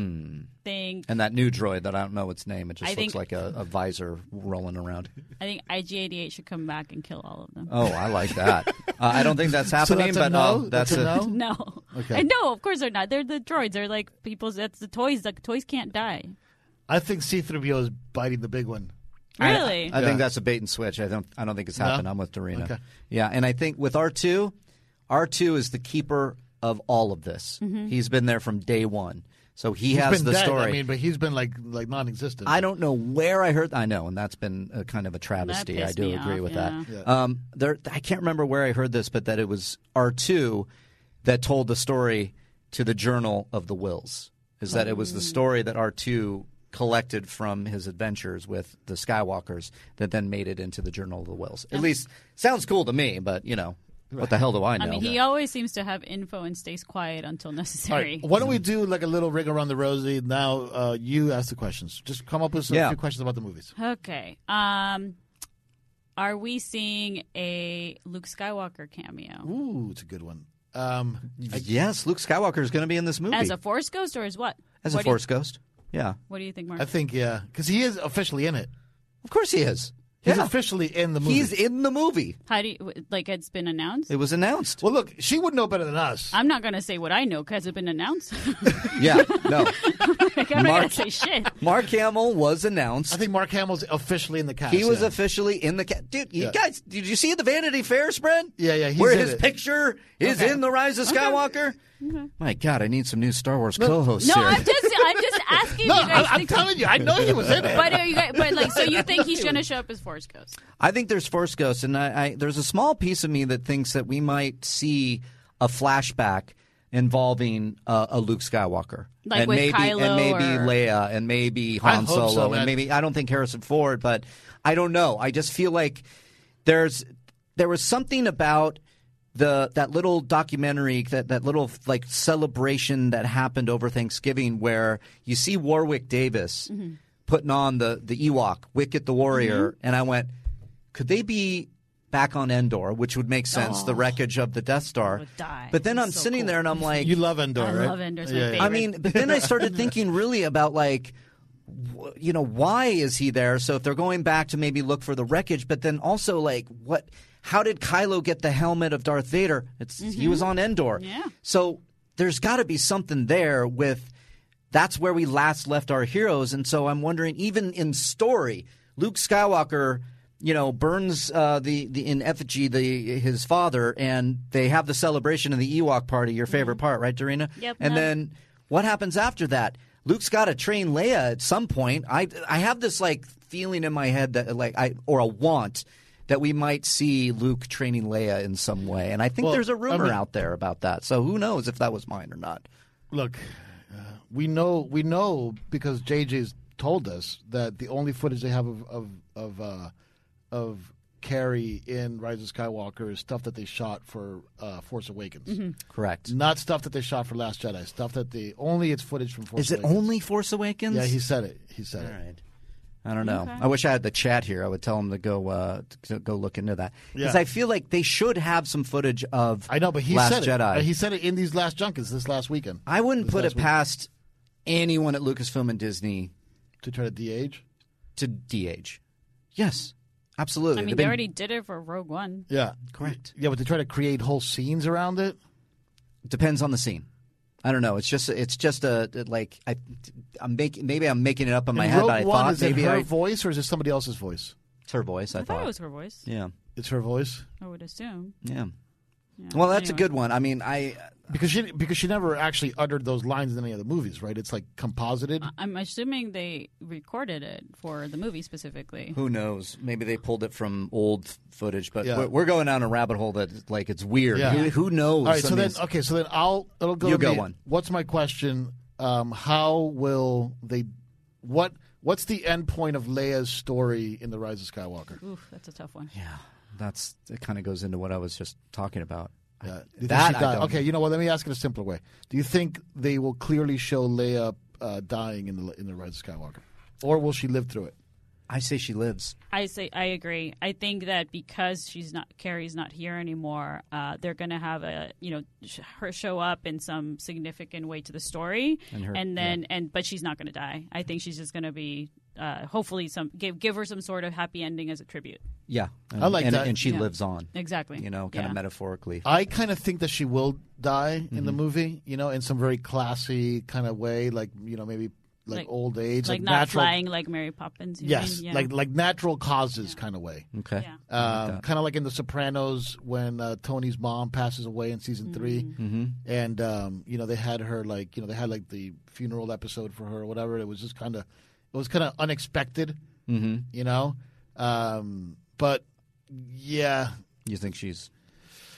S6: think
S5: Hmm. and that new droid that I don't know its name. It just
S6: I
S5: looks
S6: think-
S5: like a, a visor rolling around.
S6: I think IG88 should come back and kill all of them.
S5: Oh, I like that. uh, I don't think that's
S7: So
S5: happening,
S7: that's a
S5: but
S7: no.
S5: uh, that's,
S7: a, no.
S6: No.
S7: Okay.
S6: And no, of course they're not. They're the droids. They're like people's. That's the toys. The toys can't die.
S7: I think C-3PO is biting the big one.
S6: Really?
S5: I
S7: Yeah.
S5: think that's a bait and switch. I don't. I don't think it's happened. I'm with Dorina.
S7: Okay.
S5: Yeah, and I think with R two, R two is the keeper of all of this. He's been there from day one, so he
S7: Mm-hmm. He's
S5: has
S7: been
S5: the
S7: dead,
S5: story.
S7: I mean, but he's been like like non-existent.
S5: I don't know where I heard. I know, and that's been a kind of a travesty. I
S6: pissed
S5: do
S6: me
S5: agree
S6: off,
S5: with
S6: yeah.
S5: that. Um, there, I can't remember where I heard this, but that it was R two that told the story to the Journal of the Wills. Is that it was
S6: Oh.
S5: the story that R two collected from his adventures with the Skywalkers that then made it into the Journal of the Wills. At least sounds cool to me, but you know, what the hell do I know?
S6: Oh. I mean, he always seems to have info and stays quiet until
S7: All
S6: necessary.
S7: right. Why don't we do like a little rig around the rosy? Now uh, you ask the questions. Just come up with some
S5: Yeah.
S7: few questions about the movies.
S6: Okay. Um, are we seeing a Luke Skywalker cameo
S7: Ooh, it's a good one. Um,
S5: yes, Luke Skywalker is going to be in this movie
S6: as a Force ghost or as what?
S5: As a
S6: what do you-
S5: Force Ghost. Yeah,
S6: what do you think, Mark?
S7: I think yeah, because he is officially in it.
S5: of course he is.
S7: He's
S5: yeah.
S7: officially in the movie.
S5: He's in the movie.
S6: How do you, w- like it's been announced?
S5: It was announced.
S7: well, look, she would know better than us.
S6: I'm not going to say what I know because it's been announced.
S5: Yeah, no.
S6: like, I'm not going
S5: Mark-
S6: to say shit.
S5: Mark Hamill was announced.
S7: I think Mark Hamill's officially in the cast.
S5: he was
S7: yeah.
S5: officially in the ca- dude. You
S7: Yeah.
S5: guys, did you see the Vanity Fair spread?
S7: Yeah, yeah, he's
S5: Where
S7: in
S5: his
S7: it.
S5: picture is in the Rise of Skywalker. My God, I need some new Star Wars co-hosts
S6: Mm-hmm. No,
S5: here.
S6: I'm just I'm just asking
S7: No,
S6: you guys.
S7: I, I'm
S6: think-
S7: telling you, I know he was in it.
S6: But are you guys, but like, so you think he's going to show up as Force ghost?
S5: I think there's Force Ghosts, and I, I, there's a small piece of me that thinks that we might see a flashback involving uh, a Luke Skywalker,
S6: Like
S5: and
S6: with
S5: maybe
S6: Kylo
S5: and maybe
S6: or-
S5: Leia, and maybe
S7: I
S5: Han
S7: hope so,
S5: Solo,
S7: man.
S5: and maybe I don't think Harrison Ford, but I don't know. I just feel like there's there was something about the that little documentary that that little like celebration that happened over Thanksgiving where you see Warwick Davis
S6: Mm-hmm.
S5: putting on the the Ewok Wicket the Warrior and I went could they be back on Endor which would make sense the wreckage of the Death Star
S6: would die.
S5: but then
S6: It's
S5: I'm
S6: so
S5: sitting
S6: cool.
S5: there and I'm like
S7: you love Endor,
S6: I
S7: right?
S6: love Ender's my favorite.
S5: I mean, but then I started thinking really about like, wh- you know, why is he there? So if they're going back to maybe look for the wreckage, but then also like, what? How did Kylo get the helmet of Darth Vader? It's he was on Endor.
S6: Yeah.
S5: So there's got to be something there with. That's where we last left our heroes, and so I'm wondering, even in story, Luke Skywalker. You know, burns uh, the the in effigy the his father, and they have the celebration of the Ewok party. Your favorite part, right, Dorina?
S6: Yep,
S5: And
S6: no.
S5: then what happens after that? Luke's got to train Leia at some point. I I have this like feeling in my head that like I or a want that we might see Luke training Leia in some way. And I think
S7: Well,
S5: there's a
S7: I
S5: rumor
S7: mean-
S5: out there about that. So who knows if that was mine or not.
S7: look, uh, we know we know because JJ's told us that the only footage they have of of of, uh, of Carrie in Rise of Skywalker is stuff that they shot for uh, Force Awakens,
S5: Correct.
S7: not stuff that they shot for Last Jedi. Stuff that they only it's footage from Force.
S5: Is it
S7: Awakens.
S5: only Force Awakens?
S7: Yeah, he said it. He said
S5: All
S7: it.
S5: right. I don't know. I wish I had the chat here. I would tell him to go uh, to go look into that because
S7: Yeah.
S5: I feel like they should have some footage of
S7: I know, but he
S5: Last
S7: said it.
S5: Jedi.
S7: Uh, He said it in these last junkets this last weekend
S5: I wouldn't
S7: This
S5: put
S7: last
S5: it
S7: week.
S5: past anyone at Lucasfilm and Disney
S7: to try to de-age.
S5: to DH. Yes, absolutely.
S6: I mean,
S5: They've
S6: they
S5: been-
S6: already did it for Rogue One.
S7: Yeah,
S5: correct.
S7: yeah, but they try to create whole scenes around it.
S5: Depends on the scene. I don't know. It's just it's just a like I, I'm making maybe I'm making it up in my
S7: In
S5: head.
S7: Rogue
S5: But I
S7: One,
S5: thought
S7: is
S5: maybe
S7: it her
S5: I,
S7: voice or is it somebody else's voice?
S5: it's her voice. I,
S6: I thought it was her voice.
S5: Yeah,
S7: It's her voice
S6: I would assume.
S5: yeah. Well, that's
S6: Anyway.
S5: a good one. I mean, I
S7: because she because she never actually uttered those lines in any of the movies, right? It's like
S5: Uh,
S7: composited.
S6: I'm assuming they recorded it for the movie specifically.
S5: who knows? Maybe they pulled it from old footage, but
S7: Yeah.
S5: we're, we're going down a rabbit hole that like it's weird.
S7: Yeah.
S5: Who, who knows?
S7: All right, so
S5: Some of
S7: then uh,
S5: these-
S7: okay, so then I'll it'll go.
S5: You
S7: to
S5: go
S7: me.
S5: one.
S7: What's my question? Um, how will they? What what's the end point of Leia's story in the Rise of Skywalker?
S6: Oof, that's a tough one.
S5: yeah, that's it. Kind of goes into what I was just talking about.
S7: Uh, do you think
S5: That
S7: she
S5: I
S7: died?
S5: don't
S7: okay, you know what? Let me ask it a simpler way. Do you think they will clearly show Leia uh, dying in the in the Rise of Skywalker, or will she live through it?
S5: I say she lives.
S6: I say I agree. I think that because she's not Carrie's not here anymore, uh, they're going to have a you know sh- her show up in some significant way to the story, and,
S5: her-
S6: then and but she's not going to die. I think she's just going to be uh, hopefully some give give her some sort of happy ending as a tribute.
S5: Yeah,
S7: I like
S5: and,
S7: that.
S5: and she
S6: Yeah.
S5: lives on.
S6: Exactly.
S5: You know, kind
S6: Yeah.
S5: of metaphorically.
S7: I kind of think that she will die in the movie, you know, in some very classy kind of way, like you know maybe like,
S6: Like-
S7: old age,
S6: like
S7: like,
S6: not
S7: natural.
S6: flying like Mary Poppins. you
S7: Yes,
S6: mean? Yeah.
S7: like like natural causes kind of way.
S5: Okay.
S6: Yeah.
S7: Um, kind of like in The Sopranos when uh, Tony's mom passes away in season 3
S6: Mm.
S7: and um, you know they had her like you know they had like the funeral episode for her or whatever. It was just kind of it was kind of unexpected, mm-hmm. you know. Um, but yeah,
S5: You think she's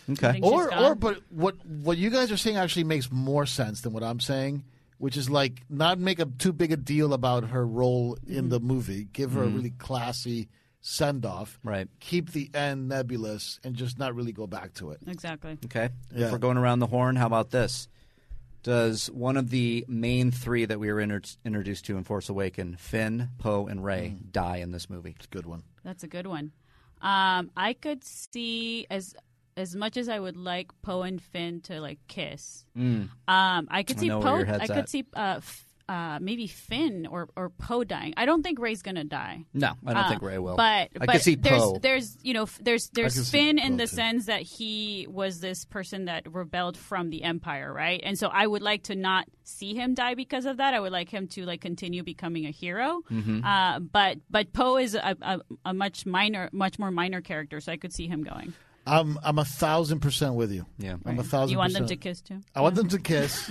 S6: I
S5: okay?
S6: think she's
S7: or
S6: gone.
S7: or but what what you guys are saying actually makes more sense than what I'm saying, which is like not make a too big a deal about her role in the movie. Give her a
S6: Mm-hmm.
S7: really classy send off.
S5: Right.
S7: Keep the end nebulous and just not really go back to it.
S6: exactly.
S5: Okay.
S7: Yeah.
S5: If we're going around the horn, how about this? Does one of the main three that we were inter- introduced to in Force Awaken, Finn, Poe, and Ray,
S6: Mm.
S5: die in this movie?
S7: It's a good one.
S6: That's a good one. Um, I could see as as much as I would like Poe and Finn to like kiss. Um, I could
S5: Mm. I
S6: see
S5: know
S6: Poe.
S5: where your head's
S6: I could
S5: at.
S6: see uh, f- uh, maybe Finn or or Poe dying. I don't think Ray's gonna die.
S5: No, I don't
S6: Uh,
S5: think Ray will.
S6: But
S5: I
S6: but
S5: could see
S6: there's
S5: Poe.
S6: there's you know f- there's
S7: can
S6: there's
S7: see
S6: Finn in
S7: Poe,
S6: the
S7: too.
S6: sense that he was this person that rebelled from the Empire, right? And so I would like to not see him die because of that. I would like him to like continue becoming a hero.
S5: Mm-hmm.
S6: Uh, but but Poe is a, a, a much minor, much more minor character, so I could see him going.
S7: I'm I'm a thousand percent with you.
S5: Yeah.
S7: I'm a thousand.
S6: You want them to
S7: percent.
S6: kiss too?
S7: I want them to kiss.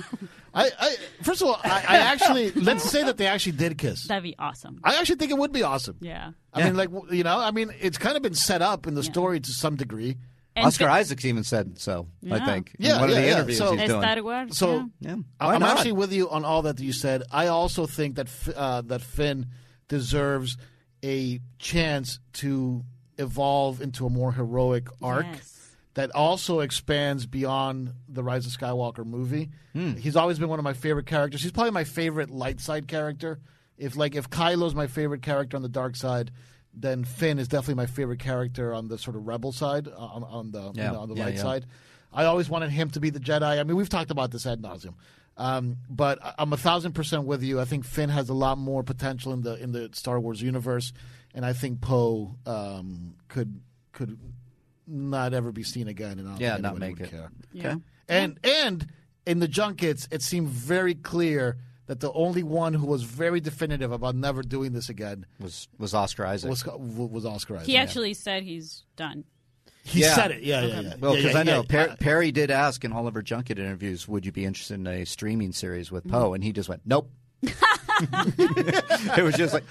S7: I, I first of all, I, I actually let's say that they actually did kiss.
S6: That'd be awesome.
S7: I actually think it would be awesome.
S6: yeah.
S7: I mean, like w- you know, I mean, it's kind of been set up in the story to some degree.
S6: And
S5: Oscar
S6: Finn-
S5: Isaac's even said so, I
S6: Yeah.
S5: think. in
S7: Yeah,
S5: one of
S7: yeah,
S5: the
S7: yeah.
S5: interviews
S7: So-
S5: he's
S6: Estar
S5: doing.
S6: igual,
S7: So
S6: yeah.
S5: Yeah. Why
S7: I'm
S5: not?
S7: actually with you on all that you said. I also think that F- uh, that Finn deserves a chance to evolve into a more heroic arc
S6: Yes.
S7: that also expands beyond the Rise of Skywalker movie.
S5: Hmm.
S7: He's always been one of my favorite characters. He's probably my favorite light side character. If like if Kylo's my favorite character on the dark side, then Finn is definitely my favorite character on the sort of rebel side uh, on, on the you
S5: Yeah.
S7: know, on the
S5: Yeah,
S7: light
S5: yeah.
S7: side. I always wanted him to be the Jedi. I mean, we've talked about this ad nauseum, um, but I- I'm a thousand percent with you. I think Finn has a lot more potential in the in the Star Wars universe, and I think Poe um, could could not ever be seen again, and I don't
S5: Yeah,
S7: think
S5: not
S7: anybody
S5: make
S7: would
S5: it.
S7: care.
S6: Yeah.
S7: And and in the junkets, it seemed very clear that the only one who was very definitive about never doing this again
S5: Was, was Oscar Isaac.
S7: was was Oscar Isaac.
S6: He actually said he's done.
S7: He
S5: Yeah.
S7: said it. Yeah, yeah, yeah.
S5: well,
S7: Yeah,
S5: because
S7: yeah,
S5: I know
S7: yeah. Uh,
S5: Per- Perry did ask in all of her junket interviews, would you be interested in a streaming series with Poe?
S7: Mm.
S5: And he just went, nope. it was just like,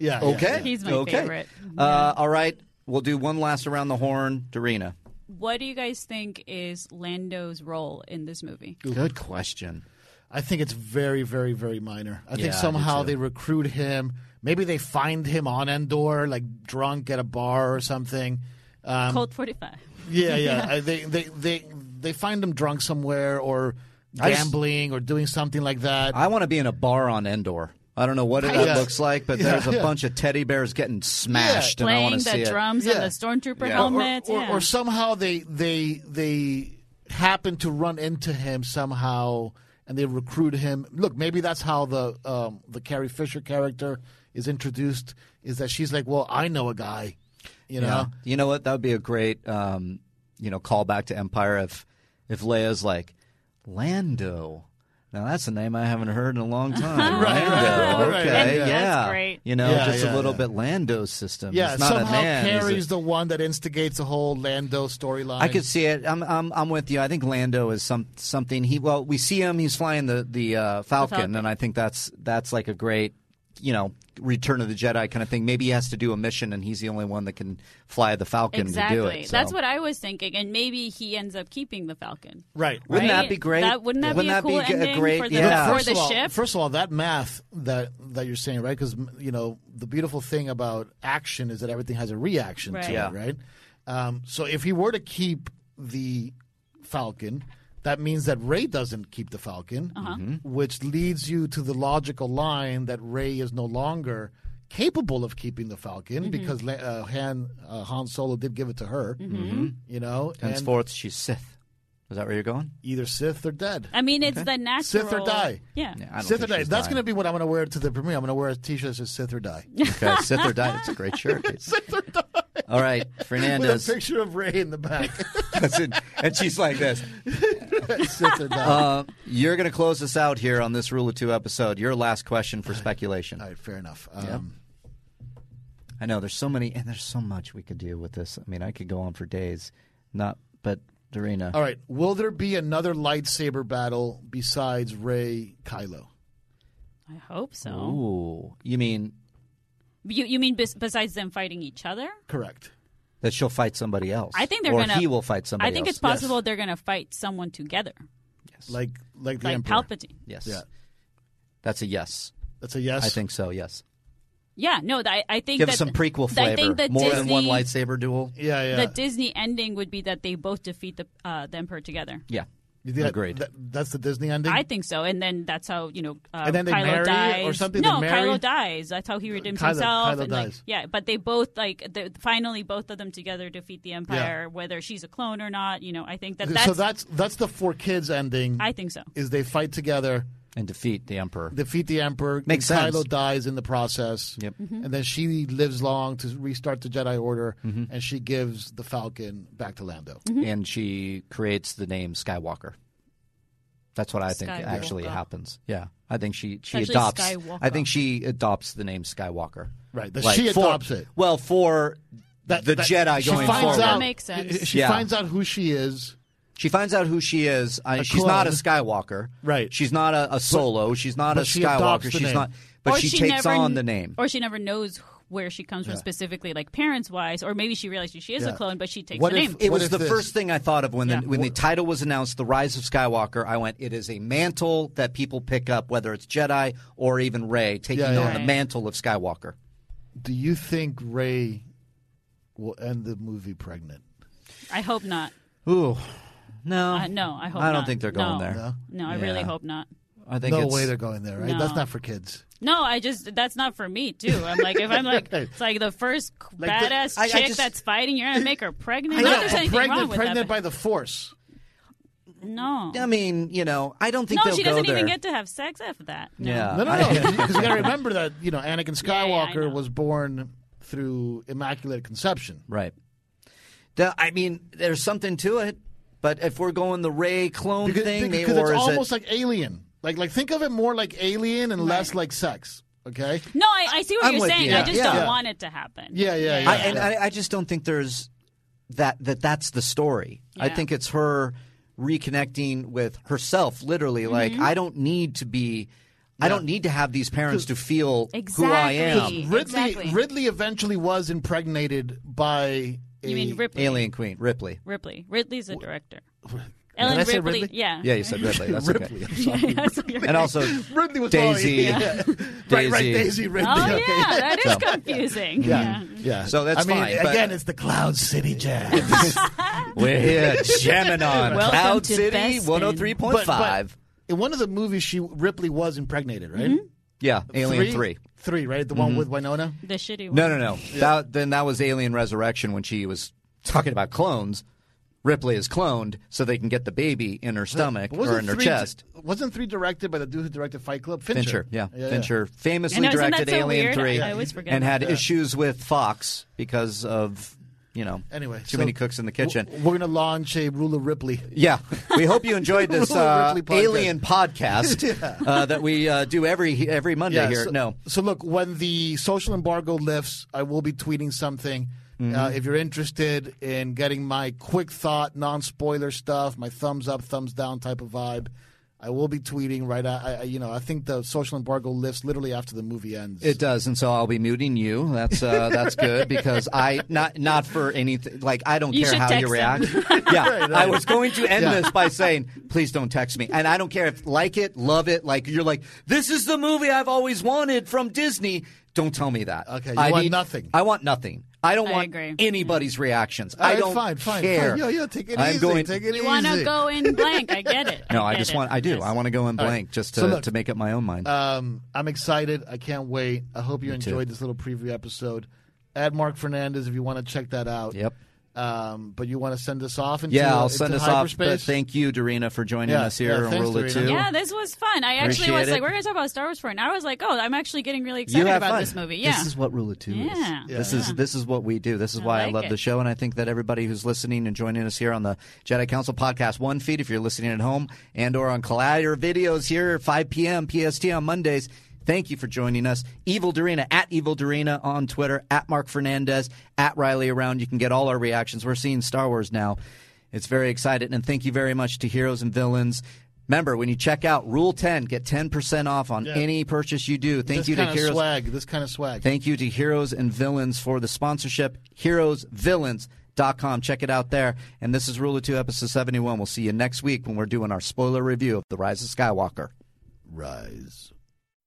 S7: yeah, yeah,
S5: okay.
S6: He's my
S5: okay.
S6: favorite.
S5: Uh, all right. We'll do one last around the horn. Dorina.
S6: What do you guys think is Lando's role in this movie?
S5: Good question.
S7: I think it's very, very, very minor. I
S5: Yeah, I
S7: think
S5: do
S7: somehow
S5: too.
S7: they recruit him. Maybe they find him on Endor, like drunk at a bar or something. Um,
S6: Cold 45.
S7: yeah, yeah. I- they, they, they, they find him drunk somewhere or
S5: I just-
S7: gambling or doing something like that.
S5: I want to be in a bar on Endor. I don't know what that
S7: Yeah.
S5: looks like, but
S7: Yeah,
S5: there's a
S7: yeah.
S5: bunch of teddy bears getting smashed, and I
S6: Playing
S5: want to see
S6: the
S5: it.
S6: drums
S7: Yeah.
S6: on the stormtrooper
S5: Yeah. Or-
S7: or,
S6: helmets.
S7: or,
S6: yeah.
S7: or somehow they they they happen to run into him somehow and they recruit him look maybe that's how the um, the carrie fisher character is introduced is that she's like well i know a guy you know
S5: Yeah. You know what? That would be a great, um, you know, callback to Empire if if Leia's like, Lando, Now that's a name I haven't heard in a long time. Lando,
S7: right, right,
S5: okay,
S7: right.
S5: yeah,
S6: That's great.
S5: You know,
S7: Yeah,
S5: just a
S7: yeah,
S5: little
S7: yeah.
S5: bit Lando system.
S7: Yeah,
S5: it's not
S7: somehow
S5: a man. is it?
S7: Carrie's the one that instigates the whole Lando storyline.
S5: I could see it. I'm, I'm, I'm with you. I think Lando is some something. He well, we see him. He's flying the the, uh, Falcon,
S6: Falcon.
S5: and I think that's that's like a great, you know, Return of the Jedi kind of thing. Maybe he has to do a mission, and he's the only one that can fly the Falcon
S6: exactly.
S5: to do it. so.
S6: That's what I was thinking, and maybe he ends up keeping the Falcon.
S7: right.
S5: Wouldn't
S6: right?
S5: that be great?
S6: That- wouldn't that be a cool
S5: g-
S6: ending
S5: great?
S6: for the-
S5: yeah.
S6: for
S7: first
S6: the
S7: of all,
S6: ship?
S7: First of all, that math that that you're saying, right? Because you know the beautiful thing about action is that everything has a reaction
S6: Right.
S7: to
S5: Yeah.
S7: it, right? Um, so if he were to keep the Falcon, that means that Ray doesn't keep the Falcon,
S6: Uh-huh.
S7: which leads you to the logical line that Ray is no longer capable of keeping the Falcon
S6: Mm-hmm.
S7: because Le- uh, Han uh, Han Solo did give it to her.
S6: Mm-hmm.
S7: You know, and
S5: Henceforth, she's Sith. Is that where you're going?
S7: either Sith or dead.
S6: I mean, it's the natural
S7: Sith or die.
S6: Yeah.
S5: Yeah, I don't
S7: Sith or
S5: think
S7: die.
S5: she's
S7: That's
S5: dying.
S7: going to be what I'm going to wear to the premiere. I'm going to wear a T-shirt that says "Sith or Die"
S5: okay. Sith or die. It's a great shirt. Sith or die. All right,
S7: with
S5: Fernandez.
S7: a picture of Ray in the back.
S5: That's it. and she's like this.
S7: Sith or Die.
S5: Uh, you're going to close us out here on this Rule of Two episode. Your last question for speculation.
S7: All right, fair enough. Um,
S5: I know there's so many, and there's so much we could do with this. I mean, I could go on for days. Not, but Darina.
S7: All right. Will there be another lightsaber battle besides Ray Kylo?
S6: I hope so.
S5: Ooh, you mean
S6: You you mean bes- besides them fighting each other?
S7: Correct.
S5: that she'll fight somebody else?
S6: I think they're
S5: or
S6: gonna.
S5: he will fight somebody.
S6: I think it's
S5: else.
S6: possible they're gonna fight someone together,
S7: Like like the
S6: like
S7: Emperor.
S6: Palpatine.
S5: Yes.
S7: Yeah.
S5: That's a yes.
S7: That's a yes.
S5: I think so. Yes.
S6: Yeah, no, th- I, I think
S5: Give
S6: that,
S5: us some prequel
S6: I
S5: flavor.
S6: think that
S5: More
S6: Disney,
S5: than one lightsaber duel.
S7: Yeah, yeah.
S6: The Disney ending would be that they both defeat the uh, the Emperor together.
S5: Yeah.
S7: You think that-
S5: Agreed.
S7: that- that's the Disney ending.
S6: I think so, and then that's how you know. Uh,
S7: And then they
S6: Kylo
S7: marry or
S6: dies.
S7: something? They
S6: No,
S7: marry?
S6: Kylo dies. That's how he redeems
S7: Kylo-
S6: himself.
S7: Kylo
S6: and like-
S7: dies.
S6: yeah, but they both like the, finally both of them together defeat the Empire, whether she's a clone or not. You know, I think that that's.
S7: so that's that's the four kids ending.
S6: I think so.
S7: is they fight together.
S5: And defeat the Emperor.
S7: defeat the Emperor.
S5: Makes
S7: and
S5: sense.
S7: Kylo dies in the process.
S5: Yep.
S6: Mm-hmm.
S7: And then she lives long to restart the Jedi Order,
S5: Mm-hmm.
S7: and she gives the Falcon back to Lando.
S6: Mm-hmm.
S5: And she creates the name Skywalker. That's what I think
S6: Skywalker.
S5: actually happens. Yeah. I think she, she
S6: actually
S5: adopts.
S6: Skywalker.
S5: I think she adopts the name Skywalker.
S7: Right, that
S5: Like,
S7: she
S5: for-
S7: adopts it.
S5: Well, for
S7: That-
S5: the
S7: that-
S5: Jedi
S7: she
S5: going
S7: finds
S5: forward.
S7: Out,
S6: That makes sense.
S7: She
S5: Yeah.
S7: finds out who she is.
S5: She finds out who she is. I, she's not a Skywalker.
S7: Right.
S5: She's not a, a solo. she's not
S7: but
S5: a
S7: she adopts
S5: Skywalker.
S7: the
S5: She's
S7: name.
S5: not. But
S6: or
S5: she,
S6: she
S5: takes
S6: never,
S5: on the name.
S6: or she never knows where she comes from specifically, like parents wise, or maybe she realizes she is
S7: Yeah.
S6: a clone, but she takes
S7: What
S6: the
S7: if-
S6: name.
S5: it
S7: What
S5: was the
S7: this?
S5: first thing I thought of when
S6: Yeah.
S5: the, when the title was announced, "The Rise of Skywalker." I went, "It is a mantle that people pick up, whether it's Jedi or even Rey taking
S7: Yeah, yeah.
S5: on the
S6: Right.
S5: mantle of Skywalker."
S7: Do you think Ray will end the movie pregnant?
S6: I hope not.
S5: Ooh, no,
S6: Uh, no, I hope.
S5: I don't
S6: not.
S5: think they're going
S6: No.
S5: there.
S6: No, I really
S5: Yeah.
S6: hope not.
S5: I think
S7: No
S5: it's,
S7: way they're going there, right?
S6: No.
S7: That's not for kids.
S6: No, I just that's not for me too. I'm like if I'm like it's like the first
S7: Like the-
S6: badass
S5: I- I
S6: chick
S5: just-
S6: that's fighting, you're gonna make her pregnant.
S7: Yeah,
S6: Not there's
S7: but
S6: anything
S7: pregnant,
S6: wrong with
S7: pregnant
S6: that.
S7: by the Force.
S6: but no,
S5: I mean, you know, I don't think
S6: no,
S5: they'll
S6: she
S5: go
S6: doesn't
S5: there.
S6: even get to have sex after that. No.
S5: yeah,
S7: No, no,
S5: Uh, I-
S7: no. Because you got to remember that you know Anakin
S6: Yeah, yeah, I
S7: Skywalker
S6: know.
S7: was born through immaculate conception.
S5: Right. The- I mean, there's something to it, but if we're going the Ray clone
S7: because,
S5: thing,
S7: because
S5: they,
S7: it's
S5: or is
S7: almost
S5: it,
S7: like alien. Like like think of it more like alien and less like sex. Okay.
S6: No, I, I see what
S5: I'm
S6: you're
S5: with
S6: saying.
S5: you.
S6: I just
S5: Yeah.
S6: don't
S5: Yeah.
S6: want it to happen.
S7: Yeah, yeah, yeah.
S5: I, and I, I just don't think there's that that that's the story. I
S6: Yeah.
S5: think it's her reconnecting with herself, literally. Like
S6: Mm-hmm.
S5: I don't need to be, I don't need to have these parents to feel who I
S6: Exactly.
S5: am.
S7: Ridley
S6: Exactly.
S7: Ridley eventually was impregnated by a
S6: You mean Ripley?
S5: Alien Queen Ripley.
S6: Ripley. Ridley's a director. Ellen
S7: I say
S6: Ripley.
S7: Ridley?
S6: Yeah.
S5: Yeah, you said Ripley. That's
S7: Ripley.
S5: okay.
S7: I'm sorry.
S6: That's what you're-
S5: And also
S7: Ridley was
S5: Daisy.
S7: all- yeah. Right, right,
S5: Daisy.
S7: Daisy Ridley.
S6: Oh
S7: okay.
S6: yeah, that is confusing.
S7: Yeah.
S6: yeah.
S7: yeah.
S5: So that's
S7: I mean,
S5: fine, but-
S7: Again, it's the Cloud City Jazz.
S5: We're here jamming on
S6: Welcome
S5: Cloud
S6: to
S5: City
S6: Bespin.
S5: one hundred three point
S7: but,
S5: five.
S7: but in one of the movies, she Ripley was impregnated, right?
S6: Mm-hmm.
S5: Yeah, Alien three. Mm-hmm.
S7: Three, right? The one with Winona.
S6: The shitty one.
S5: No, no, no. That, then that was Alien Resurrection when she was talking about clones. Ripley is cloned so they can get the baby in her stomach
S7: But
S5: or in her
S7: three,
S5: chest.
S7: Wasn't three directed by the dude who directed Fight Club?
S5: Fincher,
S7: Fincher.
S5: yeah. Fincher famously
S6: I know, isn't that
S5: directed
S6: so
S5: Alien
S6: weird?
S5: 3
S6: I always forget
S5: and
S6: about
S5: had issues with Fox because of you know,
S7: Anyway,
S5: too
S7: so
S5: many cooks in the kitchen.
S7: w- We're gonna launch a Ruler Ripley.
S5: Yeah, we hope you enjoyed this
S7: Ruler
S5: uh,
S7: Ripley podcast.
S5: alien podcast uh, that we uh, do every every Monday here.
S7: So,
S5: no,
S7: So look, when the social embargo lifts, I will be tweeting something.
S5: Mm-hmm.
S7: Uh, if you're interested in getting my quick thought, non-spoiler stuff, my thumbs up, thumbs down type of vibe, I will be tweeting. Right, I, I you know, I think the social embargo lifts literally after the movie ends.
S5: It does, and so I'll be muting you. That's uh, that's good because I not not for anything. Like I don't
S6: You
S5: care
S6: should
S5: how you
S6: text
S5: react.
S6: him.
S5: yeah, I was going to end
S7: Yeah.
S5: this by saying, please don't text me, and I don't care if like it, love it. Like you're like, this is the movie I've always wanted from Disney. Don't tell me that.
S7: Okay, you
S5: I
S7: want nothing.
S5: I want nothing. I don't
S6: I
S5: want
S6: agree.
S5: anybody's reactions.
S7: All
S5: I
S7: right,
S5: don't
S7: fine, fine,
S5: care.
S7: fine. Yo, yo, take it
S5: I'm
S7: easy.
S5: going-
S7: take it
S6: You
S7: easy.
S6: want to go in blank. I get it.
S5: No, I
S6: get
S5: just
S6: it.
S5: want. I do.
S6: Yes.
S5: I want to go in blank just to
S7: So look-
S5: to make up my own mind.
S7: Um, I'm excited. I can't wait. I hope you enjoyed this little preview episode. Add Mark Fernandez if you want to check that out.
S5: Yep.
S7: Um, but you want to send us off into
S5: yeah, I'll
S7: into
S5: send us off.
S7: hyperspace?
S5: But thank you, Dorina, for joining
S7: Yeah,
S5: us here
S7: yeah,
S5: on
S7: thanks,
S5: Rule of
S7: Dorina.
S5: Two.
S6: Yeah, this was fun. I actually
S5: Appreciate
S6: was
S5: it.
S6: like, we're going to talk about Star Wars for an hour. I was like, oh, I'm actually getting really
S5: you
S6: excited
S5: have
S6: about
S5: fun.
S6: this movie. Yeah.
S5: This is what Rule of Two is.
S6: Yeah. Yeah.
S5: This is this is what we do. This is
S6: I
S5: why I
S6: like
S5: love
S6: it.
S5: the show, and I think that everybody who's listening and joining us here on the Jedi Council Podcast One feed, if you're listening at home and or on Collider videos here at 5 p.m. PST on Mondays. Thank you for joining us. Evil Dorina at Evil Dorina on Twitter, at Mark Fernandez, at Riley Around. You can get all our reactions. We're seeing Star Wars now. It's very exciting. And thank you very much to Heroes and Villains. Remember, when you check out Rule 10, get 10% off on any purchase you do. Thank
S7: this
S5: you to
S7: kind of
S5: Heroes.
S7: swag. This kind of swag.
S5: Thank you to Heroes and Villains for the sponsorship. HeroesVillains.com. Check it out there. And this is Rule of Two, episode 71. We'll see you next week when we're doing our spoiler review of The Rise of Skywalker.
S7: Rise.